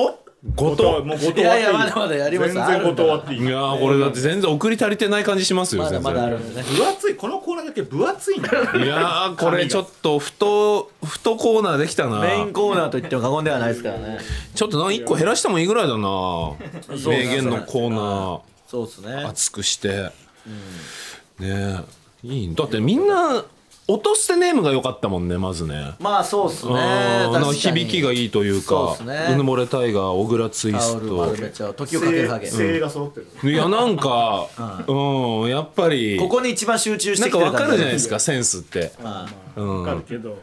[SPEAKER 4] 後
[SPEAKER 1] 後
[SPEAKER 4] 藤
[SPEAKER 1] 藤
[SPEAKER 4] もう後藤
[SPEAKER 3] い
[SPEAKER 4] 終わっ
[SPEAKER 3] や
[SPEAKER 4] ていい
[SPEAKER 3] いやまだまだやります
[SPEAKER 4] 全然後藤終わっていい
[SPEAKER 1] いやーこれだって全然送り足りてない感じしますよ
[SPEAKER 3] まだ
[SPEAKER 1] 全然
[SPEAKER 3] まだあるんでね
[SPEAKER 4] 分厚いこのコーナーだけ分厚いんだよ
[SPEAKER 1] いやーこれちょっとふとふとコーナーできたな
[SPEAKER 3] メインコーナーと言っても過言ではないですからね
[SPEAKER 1] ちょっとな1個減らしてもいいぐらいだな
[SPEAKER 3] そう
[SPEAKER 1] 名言のコーナ
[SPEAKER 3] そうですね
[SPEAKER 1] ー熱くしてねえいいだってみんな音捨てネームが良かったもんねまずね
[SPEAKER 3] まあそうですね
[SPEAKER 1] あー
[SPEAKER 3] 確か
[SPEAKER 1] な
[SPEAKER 3] に
[SPEAKER 1] 響きがいいという
[SPEAKER 3] そう
[SPEAKER 1] か
[SPEAKER 3] っ
[SPEAKER 1] う
[SPEAKER 3] す
[SPEAKER 1] ぬ
[SPEAKER 3] ね
[SPEAKER 1] もれタイガー小倉ツイ
[SPEAKER 3] タオ
[SPEAKER 1] ス
[SPEAKER 3] ル
[SPEAKER 1] ト
[SPEAKER 3] 丸めちゃう時をかけるハゲ、
[SPEAKER 4] 精鋭が揃ってる
[SPEAKER 1] いやなんかうんやっぱり
[SPEAKER 3] ここに一番集中し
[SPEAKER 1] な
[SPEAKER 3] て
[SPEAKER 1] ん
[SPEAKER 3] きて
[SPEAKER 1] か
[SPEAKER 3] る
[SPEAKER 1] わかるじゃない
[SPEAKER 3] で
[SPEAKER 1] ですかセンスって
[SPEAKER 4] わかるけど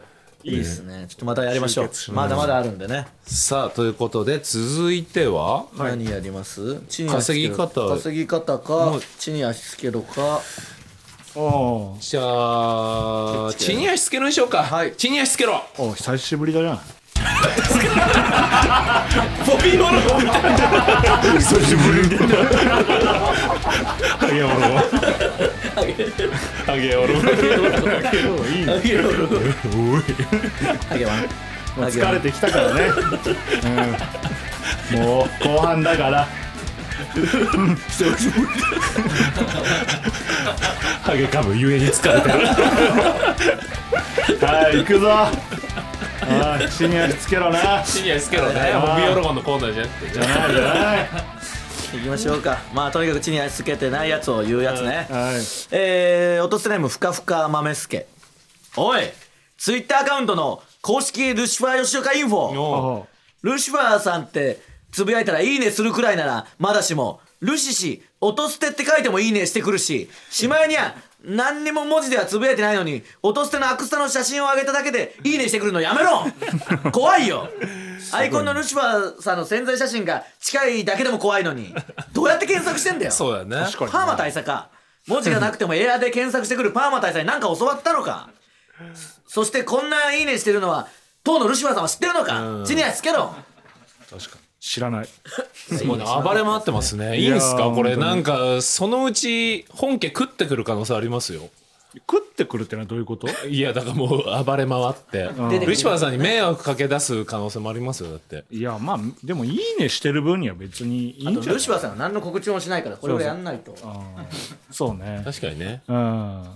[SPEAKER 4] いいっす
[SPEAKER 3] すねちょっとまたやりましょうまだまだあるんでね、
[SPEAKER 1] さあということで続いては
[SPEAKER 3] 何やります地に
[SPEAKER 1] 稼ぎ方
[SPEAKER 3] 稼ぎ方か地に足つけろか
[SPEAKER 2] お
[SPEAKER 1] じゃあ地に足つけろにしようかはい地に足つけろ
[SPEAKER 2] お久しぶりだな
[SPEAKER 1] ボビーモロ
[SPEAKER 2] 久しぶ りだなハゲおろ
[SPEAKER 1] ハゲオロ
[SPEAKER 3] ハゲロールハゲワンハゲワ
[SPEAKER 2] 疲
[SPEAKER 3] ン
[SPEAKER 2] れてきたからね、うん、もう後半だから
[SPEAKER 1] ハゲかむゆえに疲れてる
[SPEAKER 2] はい行くぞはい地に足つけろな
[SPEAKER 1] 地に足つけろねボビーオロゴンのコーナーじゃなくてじゃあ
[SPEAKER 2] はいはい
[SPEAKER 3] 行きましょうかまあとにかく地に足つけてないやつを言うやつね、
[SPEAKER 2] はい
[SPEAKER 3] えー、落とせネームふかふか豆助おいツイッターアカウントの公式ルシファー吉岡インフォ
[SPEAKER 1] おう
[SPEAKER 2] お
[SPEAKER 3] ルシファーさんってつぶやいたら「いいね」するくらいならまだしもルシ氏落と捨てって書いても「いいね」してくるししまいには何にも文字ではつぶやいてないのに落と捨てのアクスタの写真を上げただけで「いいね」してくるのやめろ 怖いよアイコンのルシファーさんの潜在写真が近いだけでも怖いのにどうやって検索してんだよ
[SPEAKER 1] そうだね
[SPEAKER 3] パーマ大佐か文字がなくてもエアで検索してくるパーマ大佐に何か教わったのかそしてこんないいねしてるのは当のルシファーさんは知ってるのか地に足つけろ
[SPEAKER 2] 知らない
[SPEAKER 1] もうね暴れ回ってますねいいんす
[SPEAKER 2] いや
[SPEAKER 1] か
[SPEAKER 2] ー
[SPEAKER 1] これなんかそのうち本家食ってくる可能性ありますよ
[SPEAKER 2] 食ってくるってのはどういうこと
[SPEAKER 1] いやだからもう暴れ回って
[SPEAKER 3] 出てくる
[SPEAKER 1] ルシファーさんに迷惑かけ出す可能性もありますよだって
[SPEAKER 2] いやまあでも「いいね」してる分には別にいいんじゃな
[SPEAKER 3] ル
[SPEAKER 2] い
[SPEAKER 3] シファーさんは何の告知もしないからこれをやんないと
[SPEAKER 2] そうね
[SPEAKER 1] 確かにね
[SPEAKER 2] うん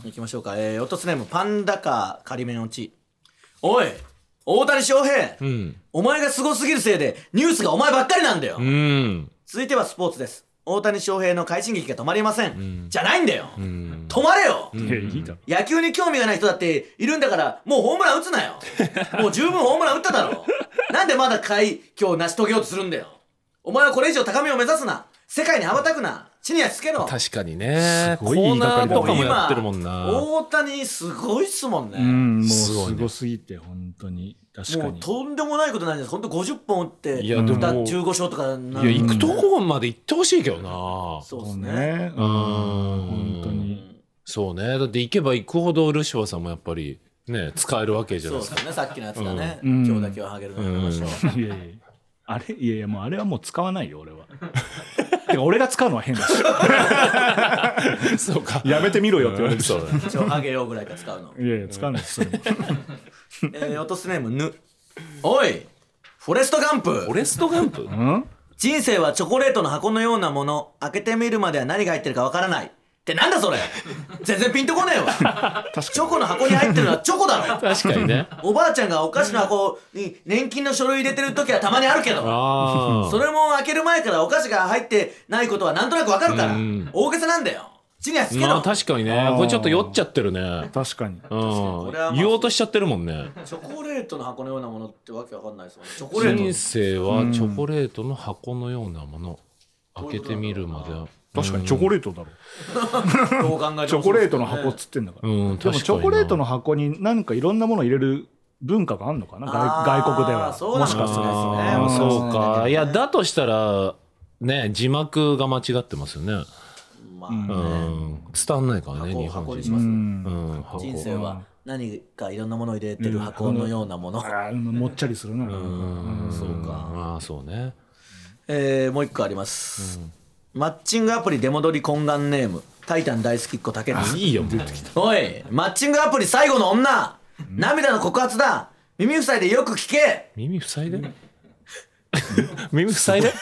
[SPEAKER 3] 行きましょうかえーおとすねもパンダか仮面落ちおい大谷翔平、
[SPEAKER 1] うん
[SPEAKER 3] お前がすごすぎるせいでニュースがお前ばっかりなんだよ、
[SPEAKER 1] うん
[SPEAKER 3] 続いてはスポーツです大谷翔平の快進撃が止まりません、
[SPEAKER 1] ん
[SPEAKER 3] じゃないんだよ、
[SPEAKER 1] ん
[SPEAKER 3] 止まれよ、
[SPEAKER 2] いやいいだろ
[SPEAKER 3] 野球に興味がない人だっているんだからもうホームラン打つなよもう十分ホームラン打っただろなんでまだ快挙を成し遂げようとするんだよお前はこれ以上高みを目指すな世界に羽ばたくな地に足つけろ
[SPEAKER 1] 確かにね。コ
[SPEAKER 2] ごい言
[SPEAKER 1] ー
[SPEAKER 2] いがか
[SPEAKER 1] ナ
[SPEAKER 2] り
[SPEAKER 1] ー
[SPEAKER 2] だね
[SPEAKER 1] とかもやってるもんな。
[SPEAKER 3] 大谷すごいっすもんね、
[SPEAKER 2] うんもう
[SPEAKER 1] すごい
[SPEAKER 2] す
[SPEAKER 1] ね
[SPEAKER 2] ごすぎて本当に確か
[SPEAKER 3] もう
[SPEAKER 2] に
[SPEAKER 3] とんでもないことになるんです本当50本打って
[SPEAKER 1] いやでも
[SPEAKER 3] だ15勝とかな
[SPEAKER 1] や、
[SPEAKER 3] いる
[SPEAKER 1] 行くとこまで行ってほしいけどな。
[SPEAKER 3] そうで
[SPEAKER 2] そ
[SPEAKER 3] す
[SPEAKER 2] う
[SPEAKER 3] ね
[SPEAKER 2] ねうん本当
[SPEAKER 3] う
[SPEAKER 2] に
[SPEAKER 3] ん
[SPEAKER 1] そうね。だって行けば行くほど、ルシファーさんもやっぱり、ね、使えるわけじゃない
[SPEAKER 3] そ
[SPEAKER 1] うで
[SPEAKER 3] ですす
[SPEAKER 1] か。
[SPEAKER 3] ねさっきのやつがね、
[SPEAKER 2] うん
[SPEAKER 3] 今日だけはハゲるの
[SPEAKER 1] うん
[SPEAKER 3] 話を、
[SPEAKER 2] いやいやあれいやいやもうあれはもう使わないよ俺は てか俺が使うのは変だし
[SPEAKER 1] そうか。
[SPEAKER 2] やめてみろよって言われるし
[SPEAKER 1] そうだね。
[SPEAKER 3] 一応ハゲようぐらいから使 うの
[SPEAKER 2] いやいや使わないですそれ も
[SPEAKER 3] えー、落とすネームぬおいフォレストガンプ
[SPEAKER 1] フォレストガンプ
[SPEAKER 2] うん
[SPEAKER 3] 人生はチョコレートの箱のようなもの開けてみるまでは何が入ってるかわからないってなんだそれ全然ピンと こねえわチョコの箱に入ってるのはチョコだろ
[SPEAKER 1] 確かに ね。
[SPEAKER 3] おばあちゃんがお菓子の箱に年金の書類入れてる時はたまにあるけど
[SPEAKER 1] あ
[SPEAKER 3] それも開ける前からお菓子が入ってないことはなんとなくわかるから
[SPEAKER 1] うん
[SPEAKER 3] 大げさなんだよ地に足つ
[SPEAKER 1] あ。
[SPEAKER 3] け
[SPEAKER 1] ま
[SPEAKER 3] ろ
[SPEAKER 1] あ確かにね
[SPEAKER 2] あ。ー
[SPEAKER 1] これちょっと酔っちゃってるね。
[SPEAKER 2] 確かに
[SPEAKER 1] う
[SPEAKER 3] これはまあ
[SPEAKER 1] ん。言おうとしちゃってるもんね。
[SPEAKER 3] チョコレートの箱のようなものってわけわかんないですもんねチョコレー
[SPEAKER 1] 人
[SPEAKER 3] ト
[SPEAKER 1] 生はチョコレートの箱のようなもの。開けてみるまでは。
[SPEAKER 2] 確かにチョコレートだろ
[SPEAKER 3] どう考えてもそうですよね
[SPEAKER 2] チョコレートの箱っつってんだから
[SPEAKER 1] うん、確
[SPEAKER 2] で
[SPEAKER 1] か
[SPEAKER 2] も
[SPEAKER 1] にな。
[SPEAKER 2] チョコレートの箱に何かいろんなものを入れる文化があるのかな
[SPEAKER 3] あー
[SPEAKER 2] 外外国では
[SPEAKER 3] そう
[SPEAKER 2] も
[SPEAKER 3] なの
[SPEAKER 2] しかすると
[SPEAKER 1] あ
[SPEAKER 3] も
[SPEAKER 1] あー
[SPEAKER 3] しかするとね
[SPEAKER 1] そうか。いや、だとしたら、ね、字幕が間違ってますよね。
[SPEAKER 3] まあ
[SPEAKER 1] う
[SPEAKER 3] ね、
[SPEAKER 1] ん。伝わんないからね、日
[SPEAKER 3] 箱
[SPEAKER 1] 本
[SPEAKER 3] 箱にし
[SPEAKER 1] 人
[SPEAKER 3] ま
[SPEAKER 1] は。
[SPEAKER 3] す
[SPEAKER 1] う
[SPEAKER 2] う
[SPEAKER 3] ね
[SPEAKER 1] んん、箱。
[SPEAKER 3] 人生は何かいろんなものを入れてる箱のようなもの、
[SPEAKER 2] あーもっちゃりするな
[SPEAKER 1] うん、そう
[SPEAKER 3] か
[SPEAKER 1] ああ、そうね。
[SPEAKER 3] えーもう一個あります、マッチングアプリ出戻り懇願ネームタイタン大好きっ子た けです
[SPEAKER 1] いいよ、もう。
[SPEAKER 3] おいマッチングアプリ最後の女涙の告発だ耳塞いでよく聞け
[SPEAKER 1] 耳塞いで。耳塞いで。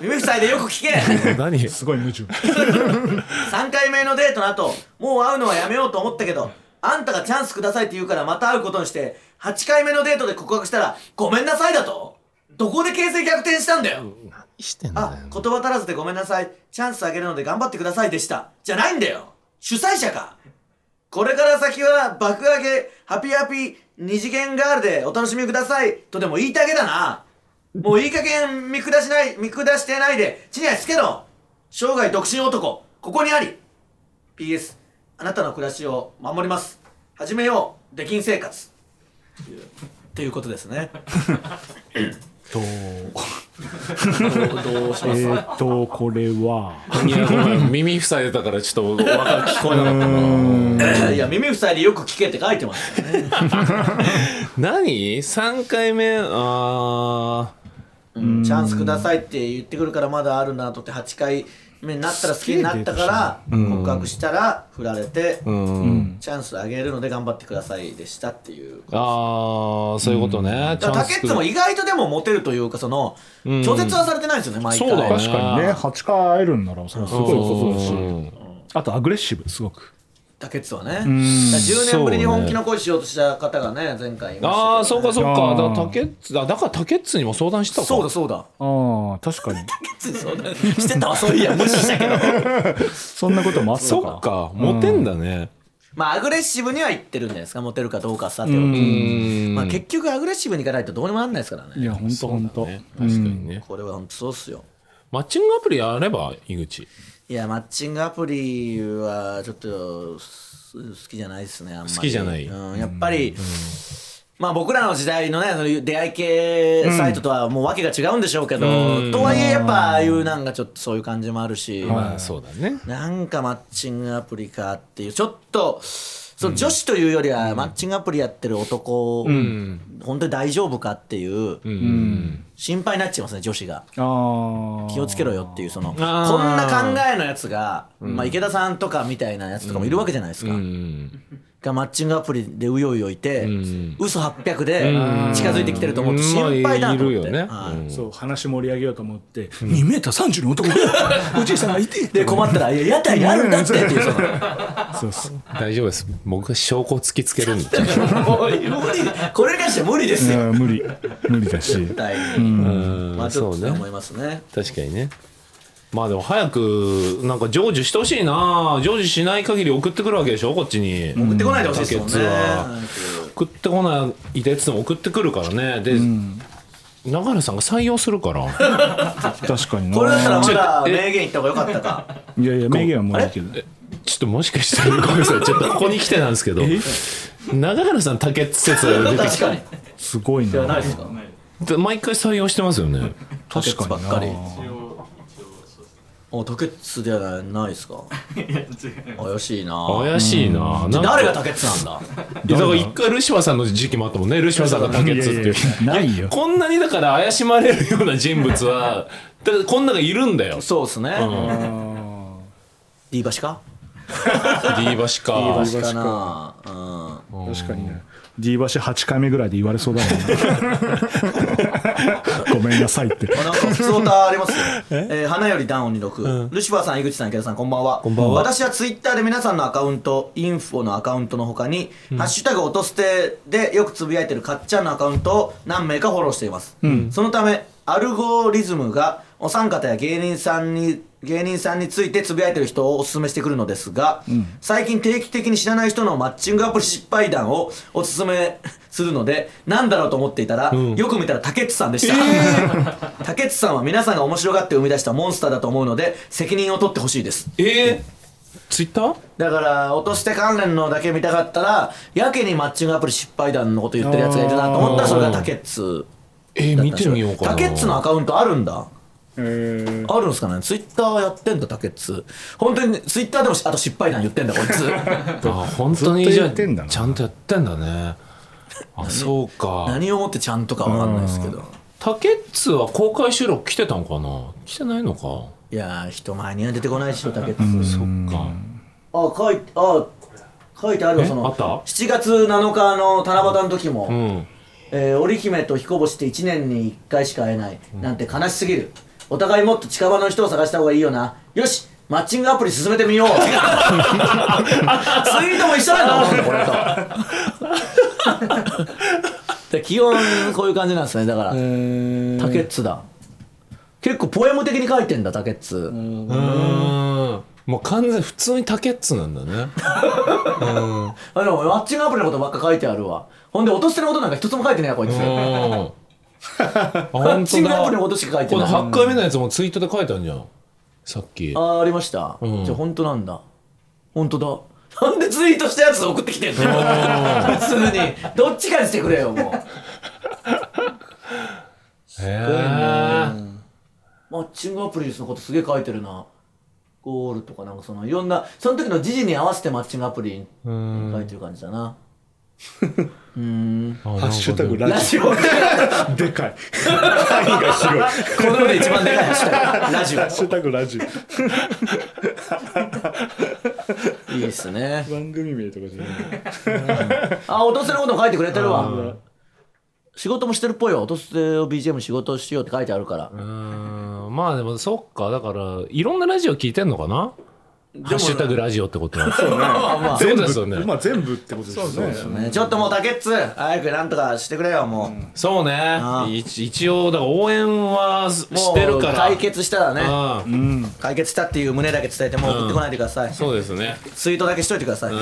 [SPEAKER 3] 耳塞いでよく聞け
[SPEAKER 1] 何
[SPEAKER 2] すごい 矛盾
[SPEAKER 3] 3回目のデートの後もう会うのはやめようと思ったけどあんたがチャンスくださいって言うからまた会うことにして8回目のデートで告白したらごめんなさいだとどこで形勢逆転したんだよ、
[SPEAKER 1] してんだよ
[SPEAKER 3] あ、言葉足らずでごめんなさい。チャンスあげるので頑張ってくださいでした。じゃないんだよ主催者かこれから先は爆上げ、ハピハピ、二次元ガールでお楽しみくださいとでも言いたげだな。もういい加減見下しない、見下してないで、地に足つけろ生涯独身男、ここにあり !PS、あなたの暮らしを守ります。始めよう、出禁生活。っていうことですね。
[SPEAKER 2] と
[SPEAKER 3] どうどうし
[SPEAKER 2] え
[SPEAKER 3] ます
[SPEAKER 2] ーとこれはい
[SPEAKER 1] や、ごめん、耳塞いでたから、ちょっと、わか聞こえなかったな。
[SPEAKER 3] いや、耳塞いでよく聞けって書いてますよね
[SPEAKER 1] 何、三回目、ああ。
[SPEAKER 3] うんチャンスくださいって言ってくるからまだあるなと思って8回目になったら好きになったから告白したら振られて、
[SPEAKER 1] うん。
[SPEAKER 3] チャンスあげるので頑張ってくださいでしたっていう。
[SPEAKER 1] ああ、そういうことね。チャ
[SPEAKER 3] だか
[SPEAKER 1] ン
[SPEAKER 3] ら
[SPEAKER 1] ス
[SPEAKER 3] 竹内も意外とでもモテるというかその拒絶はされてないんですよね毎回
[SPEAKER 1] そうだよ
[SPEAKER 2] 確かにね8回会えるんならそれはすごいことだし
[SPEAKER 1] うん
[SPEAKER 2] あとアグレッシブすごく
[SPEAKER 3] 竹内はねだから10年ぶりに本気の恋しようとした方がね前回いましたけどね
[SPEAKER 1] ああ、そうかそうか。
[SPEAKER 2] あ
[SPEAKER 1] だ
[SPEAKER 2] ー
[SPEAKER 1] から竹内だだから竹内にも相談してたか。
[SPEAKER 3] そうだそうだ
[SPEAKER 2] ああ確かに
[SPEAKER 3] そうだしてたわそう いや無視したけど
[SPEAKER 2] そんなこともあったか
[SPEAKER 1] そっか、モテんだね。
[SPEAKER 3] まあアグレッシブにはいってるんじゃないですかモテるかどうかさておき
[SPEAKER 1] うん
[SPEAKER 3] まあ結局アグレッシブにいかないとどうにもなんないですからね
[SPEAKER 2] いや本当本当
[SPEAKER 1] ね確かにね。
[SPEAKER 3] これは本当そうっすよ
[SPEAKER 1] マッチングアプリやれば井口。
[SPEAKER 3] いやマッチングアプリはちょっとす好きじゃないですねあんまり
[SPEAKER 1] 好きじゃない
[SPEAKER 3] うん、やっぱり、まあ僕らの時代のねその出会い系サイトとはもう訳が違うんでしょうけど、とはいえやっぱああいうなんかちょっとそういう感じもあるし、
[SPEAKER 1] まあそうだね。
[SPEAKER 3] なんかマッチングアプリかっていうちょっとその女子というよりはマッチングアプリやってる男、本当に大丈夫かっていう
[SPEAKER 1] うん。
[SPEAKER 3] 心配になっちゃいますね女子が。
[SPEAKER 2] ああ
[SPEAKER 3] 気をつけろよっていうそのこん
[SPEAKER 1] あー
[SPEAKER 3] な考えのやつが、まあ、池田さんとかみたいなやつとかもいるわけじゃないですか、
[SPEAKER 1] うん。
[SPEAKER 3] がマッチングアプリでうようよいて、
[SPEAKER 1] ん
[SPEAKER 3] 嘘800で近づいてきてると思うと
[SPEAKER 1] うん
[SPEAKER 3] 心配だなと思っ
[SPEAKER 1] まあい
[SPEAKER 3] て、
[SPEAKER 1] るよね
[SPEAKER 3] はい
[SPEAKER 1] うん
[SPEAKER 2] そう話盛り上げようと思って2メーター30の男がおじいさんがいて
[SPEAKER 3] で困ったら「いや屋台にあるんだって」っていうその
[SPEAKER 2] そうそう
[SPEAKER 1] 大丈夫です。僕は証拠を突きつけるんで。
[SPEAKER 3] もう無理これに関しては無理ですよ
[SPEAKER 2] うん無理無理だし
[SPEAKER 3] 絶対に、
[SPEAKER 1] うん
[SPEAKER 3] まあちょっ
[SPEAKER 1] そ
[SPEAKER 3] と
[SPEAKER 1] う
[SPEAKER 3] ね
[SPEAKER 1] ね
[SPEAKER 3] 思いますね
[SPEAKER 1] 確かにね。まあでも早くなんか成就してほしいな成就しない限り送ってくるわけでしょこっちに
[SPEAKER 5] 送ってこないでほしいですもんね
[SPEAKER 1] バケツは送ってこないでっつっても送ってくるからねで、永原さんが採用するから
[SPEAKER 2] 確かに
[SPEAKER 3] これだったらまだ
[SPEAKER 1] ちょえ
[SPEAKER 3] 名言言った方が良かっ たか
[SPEAKER 2] いやいや名言はもういいけど
[SPEAKER 1] ちょっともしかしたらごめんなさいちょっとここに来てなんですけど永原さん竹内説が出てき
[SPEAKER 5] 確かに
[SPEAKER 2] すごいな
[SPEAKER 5] ないですか
[SPEAKER 1] て 毎回採用してますよね
[SPEAKER 3] 確
[SPEAKER 2] かにな
[SPEAKER 3] ばっかりお竹ツではないですか怪しいな
[SPEAKER 1] 怪しいななんか
[SPEAKER 3] 誰が竹ツなんだ
[SPEAKER 1] いやだから一回ルシファーさんの時期もあったもんねルシファーさんが竹内っていう
[SPEAKER 2] ないよ
[SPEAKER 1] こんなにだから怪しまれるような人物はだからこんながいるんだ よ
[SPEAKER 3] そうっすねディーバシか
[SPEAKER 1] D 橋
[SPEAKER 3] ディー
[SPEAKER 1] か
[SPEAKER 3] バシかなうん
[SPEAKER 2] 確かにね D 橋8回目ぐらいで言われそうだ もんごめんなさいって
[SPEAKER 3] あなんか普通歌ありますよ。 えー花より暖を二六。ルシファーさん、井口さん、池田さん、こんばんは。こんばんは。私はツイッターで皆さんのアカウント、インフォのアカウントの他に、ハッシュタグ音捨てでよくつぶやいてるかっちゃんのアカウントを何名かフォローしています。そのため、アルゴリズムがお三方や芸人さんに、芸人さんについてつぶやいてる人をお勧めしてくるのですが、最近定期的に知らない人のマッチングアプリ失敗談をお勧めするので、なんだろうと思っていたら、よく見たら竹内さんでした。 竹内さんは皆さんが面白がって生み出したモンスターだと思うので責任を取ってほしいです
[SPEAKER 1] えー、ツイッター
[SPEAKER 3] だから落として関連のだけ見たかったらやけにマッチングアプリ失敗談のこと言ってるやつがいるなと思ったらそれが竹内
[SPEAKER 1] えー、見てみようかな
[SPEAKER 3] 竹内のアカウントあるんだ
[SPEAKER 2] え
[SPEAKER 3] あるんですかねツイッターやってんだ竹内本当にツイッターでもあと失敗談言ってんだこいつ
[SPEAKER 1] あ本当にじゃ
[SPEAKER 2] ずっとやってんだ
[SPEAKER 1] あ
[SPEAKER 2] な
[SPEAKER 1] ちゃんとやってんだねあそうか
[SPEAKER 3] 何をもってちゃんとかわかんないですけど
[SPEAKER 1] 竹内は公開収録来てたんかな来てないのか
[SPEAKER 3] いやー人前には出てこないでしょ竹内
[SPEAKER 1] そっか
[SPEAKER 3] あ書いてあ書いてあるわその
[SPEAKER 1] あった
[SPEAKER 3] 7月7日の七夕の時も、
[SPEAKER 1] うん
[SPEAKER 3] えー織姫と彦星って1年に1回しか会えないなんて悲しすぎる、お互いもっと近場の人を探した方がいいよなよしマッチングアプリ進めてみよ うツイートも一緒なんだもんねこれとで基本こういう感じなんですねだからタケッツだ結構ポエム的に書いてんだタケッツ
[SPEAKER 1] うんもう完全に普通に竹内なんだね
[SPEAKER 3] あでもマッチングアプリのことばっか書いてあるわほんで落としてることなんか一つも書いてないわこいつ
[SPEAKER 1] うんあ
[SPEAKER 3] マッ
[SPEAKER 1] 本
[SPEAKER 3] チ
[SPEAKER 1] 当
[SPEAKER 3] ングアプリの
[SPEAKER 1] だ
[SPEAKER 3] ことしか書いて
[SPEAKER 1] こ
[SPEAKER 3] な
[SPEAKER 1] の
[SPEAKER 3] い
[SPEAKER 1] 8回目のやつもツイートで書いたんじゃんさっき
[SPEAKER 3] あーありました、
[SPEAKER 1] ん
[SPEAKER 3] じゃあ本当なんだ本当だ なんでツイートしたやつ送ってきてんの 普通にどっちかにしてくれよもう
[SPEAKER 1] へえ
[SPEAKER 3] マッチングアプリのことすげえ書いてるなゴールとかなんかそのいろんなその時の時事に合わせてマッチングアプリに書いてる感じだな
[SPEAKER 1] ハ
[SPEAKER 2] ハッシュタグラ
[SPEAKER 3] ラ
[SPEAKER 2] ジ
[SPEAKER 3] ジオ こ
[SPEAKER 2] オでかい範囲が広いハ
[SPEAKER 3] の世で一番でかいハッシュタグラ
[SPEAKER 2] ッ
[SPEAKER 3] ジ
[SPEAKER 2] シュタグラジオ
[SPEAKER 3] オいいっすね
[SPEAKER 2] 番組名とかじゃない
[SPEAKER 3] あ落とせることも書いてくれてるわ仕事もしてるっぽいよ落とせを BGM 仕事しようって書いてあるから
[SPEAKER 1] うーんまあでもそっかだからいろんなラジオ聞いてんのかなハッシュタグラジオってことはそう
[SPEAKER 2] 全
[SPEAKER 1] ですよね
[SPEAKER 2] 部まあ全部ってことですよね
[SPEAKER 3] ねちょっともうタケッツ早くなんとかしてくれよもう、
[SPEAKER 1] そうね
[SPEAKER 3] ああ
[SPEAKER 1] 一一応だから応援はし
[SPEAKER 3] もう
[SPEAKER 1] てるから
[SPEAKER 3] 解決したらね
[SPEAKER 1] ああ
[SPEAKER 3] 解決したっていう胸だけ伝えてもう送ってこないでください、
[SPEAKER 1] そうですね
[SPEAKER 3] ツイートだけしといてください、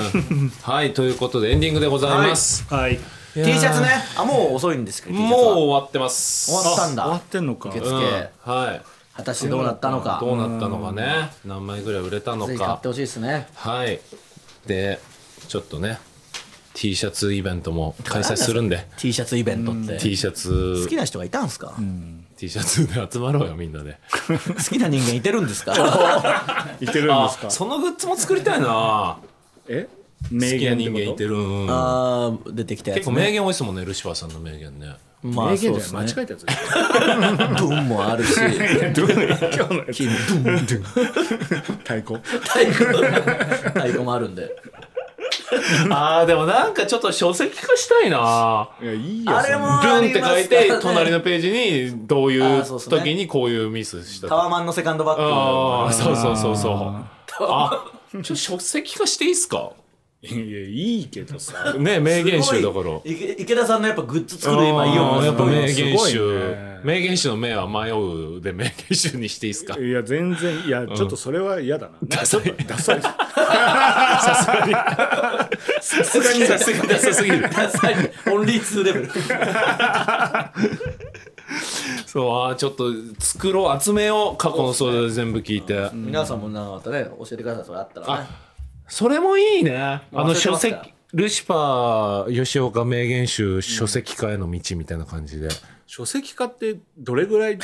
[SPEAKER 1] はいということでエンディングでございます、
[SPEAKER 2] はい
[SPEAKER 3] T シャツねあもう遅いんですけど T シャツ
[SPEAKER 1] もう
[SPEAKER 3] は
[SPEAKER 1] 終わってます
[SPEAKER 3] 終わったん
[SPEAKER 2] 終わ
[SPEAKER 3] だ
[SPEAKER 2] ってんのか
[SPEAKER 3] 受
[SPEAKER 1] う
[SPEAKER 3] 付、
[SPEAKER 1] んはい
[SPEAKER 3] 果たしてどうなったのか
[SPEAKER 1] どうなったのかね何枚ぐらい売れたの
[SPEAKER 3] ぜひ買
[SPEAKER 1] か
[SPEAKER 3] ってほしいですね
[SPEAKER 1] はいでちょっとね T シャツイベントも開催するんで
[SPEAKER 3] T シャツイベントって
[SPEAKER 1] T シャツ
[SPEAKER 3] 好きな人がいたんすか、
[SPEAKER 1] T シャツで集まろうよみんなで
[SPEAKER 3] 好きな人間いてるんですか
[SPEAKER 2] いてるんですか
[SPEAKER 1] そのグッズも作りたいな
[SPEAKER 2] え
[SPEAKER 1] 好
[SPEAKER 2] 名
[SPEAKER 1] きな
[SPEAKER 2] 言
[SPEAKER 1] 人間
[SPEAKER 2] ってこと
[SPEAKER 1] いてる、うん
[SPEAKER 3] あー出てきたや
[SPEAKER 1] 結
[SPEAKER 3] つ
[SPEAKER 1] 構
[SPEAKER 3] ね
[SPEAKER 1] 名言多いですもんねルシファーさんの名言ね
[SPEAKER 3] まあ
[SPEAKER 2] 名
[SPEAKER 3] そ
[SPEAKER 2] 言
[SPEAKER 3] うで
[SPEAKER 2] じゃ
[SPEAKER 3] す
[SPEAKER 2] ない
[SPEAKER 3] ね
[SPEAKER 2] 間違えたやつ だよ
[SPEAKER 3] ドンもあるし
[SPEAKER 2] 今日のやつ
[SPEAKER 3] 金ドン
[SPEAKER 2] 太鼓
[SPEAKER 3] 太鼓太鼓もあるんで
[SPEAKER 1] あーでもなんかちょっと書籍化したいない
[SPEAKER 2] やいいよ
[SPEAKER 3] あれもあ
[SPEAKER 1] ブンっ
[SPEAKER 3] り
[SPEAKER 1] て
[SPEAKER 3] ま
[SPEAKER 1] 書
[SPEAKER 3] す
[SPEAKER 1] い
[SPEAKER 3] からね
[SPEAKER 1] て隣のページにどうい
[SPEAKER 3] あ
[SPEAKER 1] う
[SPEAKER 3] ーそうっすね
[SPEAKER 1] 時にこういうミスした
[SPEAKER 3] タ
[SPEAKER 1] と
[SPEAKER 3] ワマンのセカンドバッグ
[SPEAKER 1] ああそうそうそうそうあちょっと書籍化していいっすか
[SPEAKER 4] いやいいけどさ
[SPEAKER 1] ね名言集だから
[SPEAKER 3] いけ池田さんのやっぱグッズ作る今意欲
[SPEAKER 1] や
[SPEAKER 3] がす
[SPEAKER 1] っぱ
[SPEAKER 3] ごい
[SPEAKER 1] 名
[SPEAKER 3] ね
[SPEAKER 1] 言
[SPEAKER 4] すごい
[SPEAKER 1] 集、
[SPEAKER 4] ね
[SPEAKER 1] 名言集の名は迷うで名言集にしていいです か
[SPEAKER 4] いや全然いやちょっとそれは嫌だな、なんかちょっとダサい
[SPEAKER 1] さすがにさすがにダサすぎる
[SPEAKER 3] ダサいオンリーツーレベル
[SPEAKER 1] そうあーちょっと作ろう集めよう過去の相談全部聞いて
[SPEAKER 3] 皆さんもなんかね教えてくださいそれあったらね
[SPEAKER 1] それもいいねあ
[SPEAKER 3] 忘れ
[SPEAKER 1] の
[SPEAKER 3] て
[SPEAKER 1] 書
[SPEAKER 3] ます
[SPEAKER 1] 籍
[SPEAKER 3] か
[SPEAKER 1] ルシファー吉岡名言集書籍化への道みたいな感じで、
[SPEAKER 4] 書籍化ってどれぐらい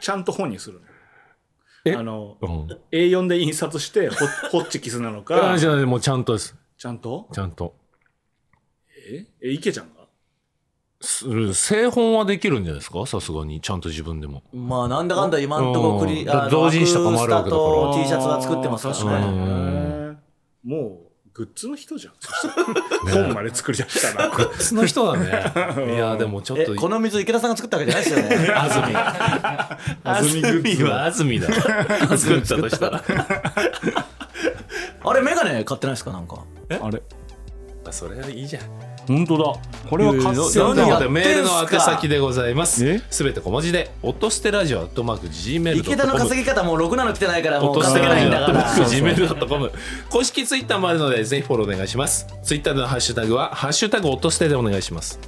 [SPEAKER 4] ちゃんと本にする
[SPEAKER 1] え
[SPEAKER 4] のあの
[SPEAKER 1] うん、
[SPEAKER 4] A4 で印刷してホホッチキスなの か
[SPEAKER 1] あじゃあもうちゃんとです
[SPEAKER 4] ちゃんと
[SPEAKER 1] ちゃんと
[SPEAKER 4] ええ池ちゃんが
[SPEAKER 1] す製本はできるんじゃないですかさすがにちゃんと自分でも
[SPEAKER 3] まあなんだかんだ今んとこク
[SPEAKER 1] うん
[SPEAKER 3] リ
[SPEAKER 1] だ
[SPEAKER 3] あの
[SPEAKER 1] 同人誌とかもあるわけだから
[SPEAKER 3] アクスタと T シャツは作ってます
[SPEAKER 4] 確
[SPEAKER 3] から
[SPEAKER 4] か
[SPEAKER 3] ね
[SPEAKER 4] に
[SPEAKER 1] う
[SPEAKER 4] ねもうグッズの人じゃんそしたら本まで作り出したな
[SPEAKER 1] その人だね いやでもちょっ
[SPEAKER 3] え
[SPEAKER 1] と
[SPEAKER 3] この水池田さんが作ったわけじゃないです よね安住
[SPEAKER 1] 安住は安住だわ作ったとしたら
[SPEAKER 3] あれ眼鏡買ってないですかなんか
[SPEAKER 2] あれ
[SPEAKER 1] あそれはいいじゃん。
[SPEAKER 2] 本当だこれは活性
[SPEAKER 3] いやいや
[SPEAKER 2] だ
[SPEAKER 3] 何や
[SPEAKER 1] メールの宛先でございます
[SPEAKER 2] え。
[SPEAKER 1] すべて小文字で、音捨てラジオ、アットマーク、gmail.com。
[SPEAKER 3] 池田の稼ぎ方もうろくなの来てないからもう
[SPEAKER 1] 落とし
[SPEAKER 3] 稼げないんだから
[SPEAKER 1] gmail.com 公式ツイッターもあるのでぜひフォローお願いしますツイッターのハッシュタグは「ハッシュタグ落として」でお願いします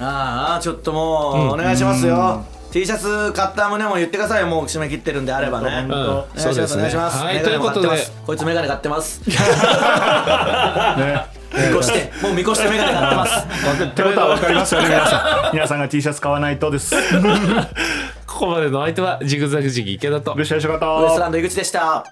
[SPEAKER 3] ああちょっともうお願いしますよ T シャツ買った胸も言ってくださいよもう締め切ってるんであればね
[SPEAKER 1] うん
[SPEAKER 3] お願いしますお願いします
[SPEAKER 1] は
[SPEAKER 3] メ
[SPEAKER 1] い
[SPEAKER 3] ガ
[SPEAKER 1] という
[SPEAKER 3] ネも
[SPEAKER 1] こ
[SPEAKER 3] 買っ
[SPEAKER 1] と
[SPEAKER 3] て
[SPEAKER 1] で
[SPEAKER 3] ますこいつメガネ買ってます見越してもう見越してメガネ買って ます
[SPEAKER 2] ってことは分かりますよね皆さん皆さんが T シャツ買わないとです
[SPEAKER 1] ここまでのお相手はジグザグジギ池田と
[SPEAKER 2] ルシアショカ
[SPEAKER 3] ウエスト
[SPEAKER 2] と
[SPEAKER 3] ランド井口でした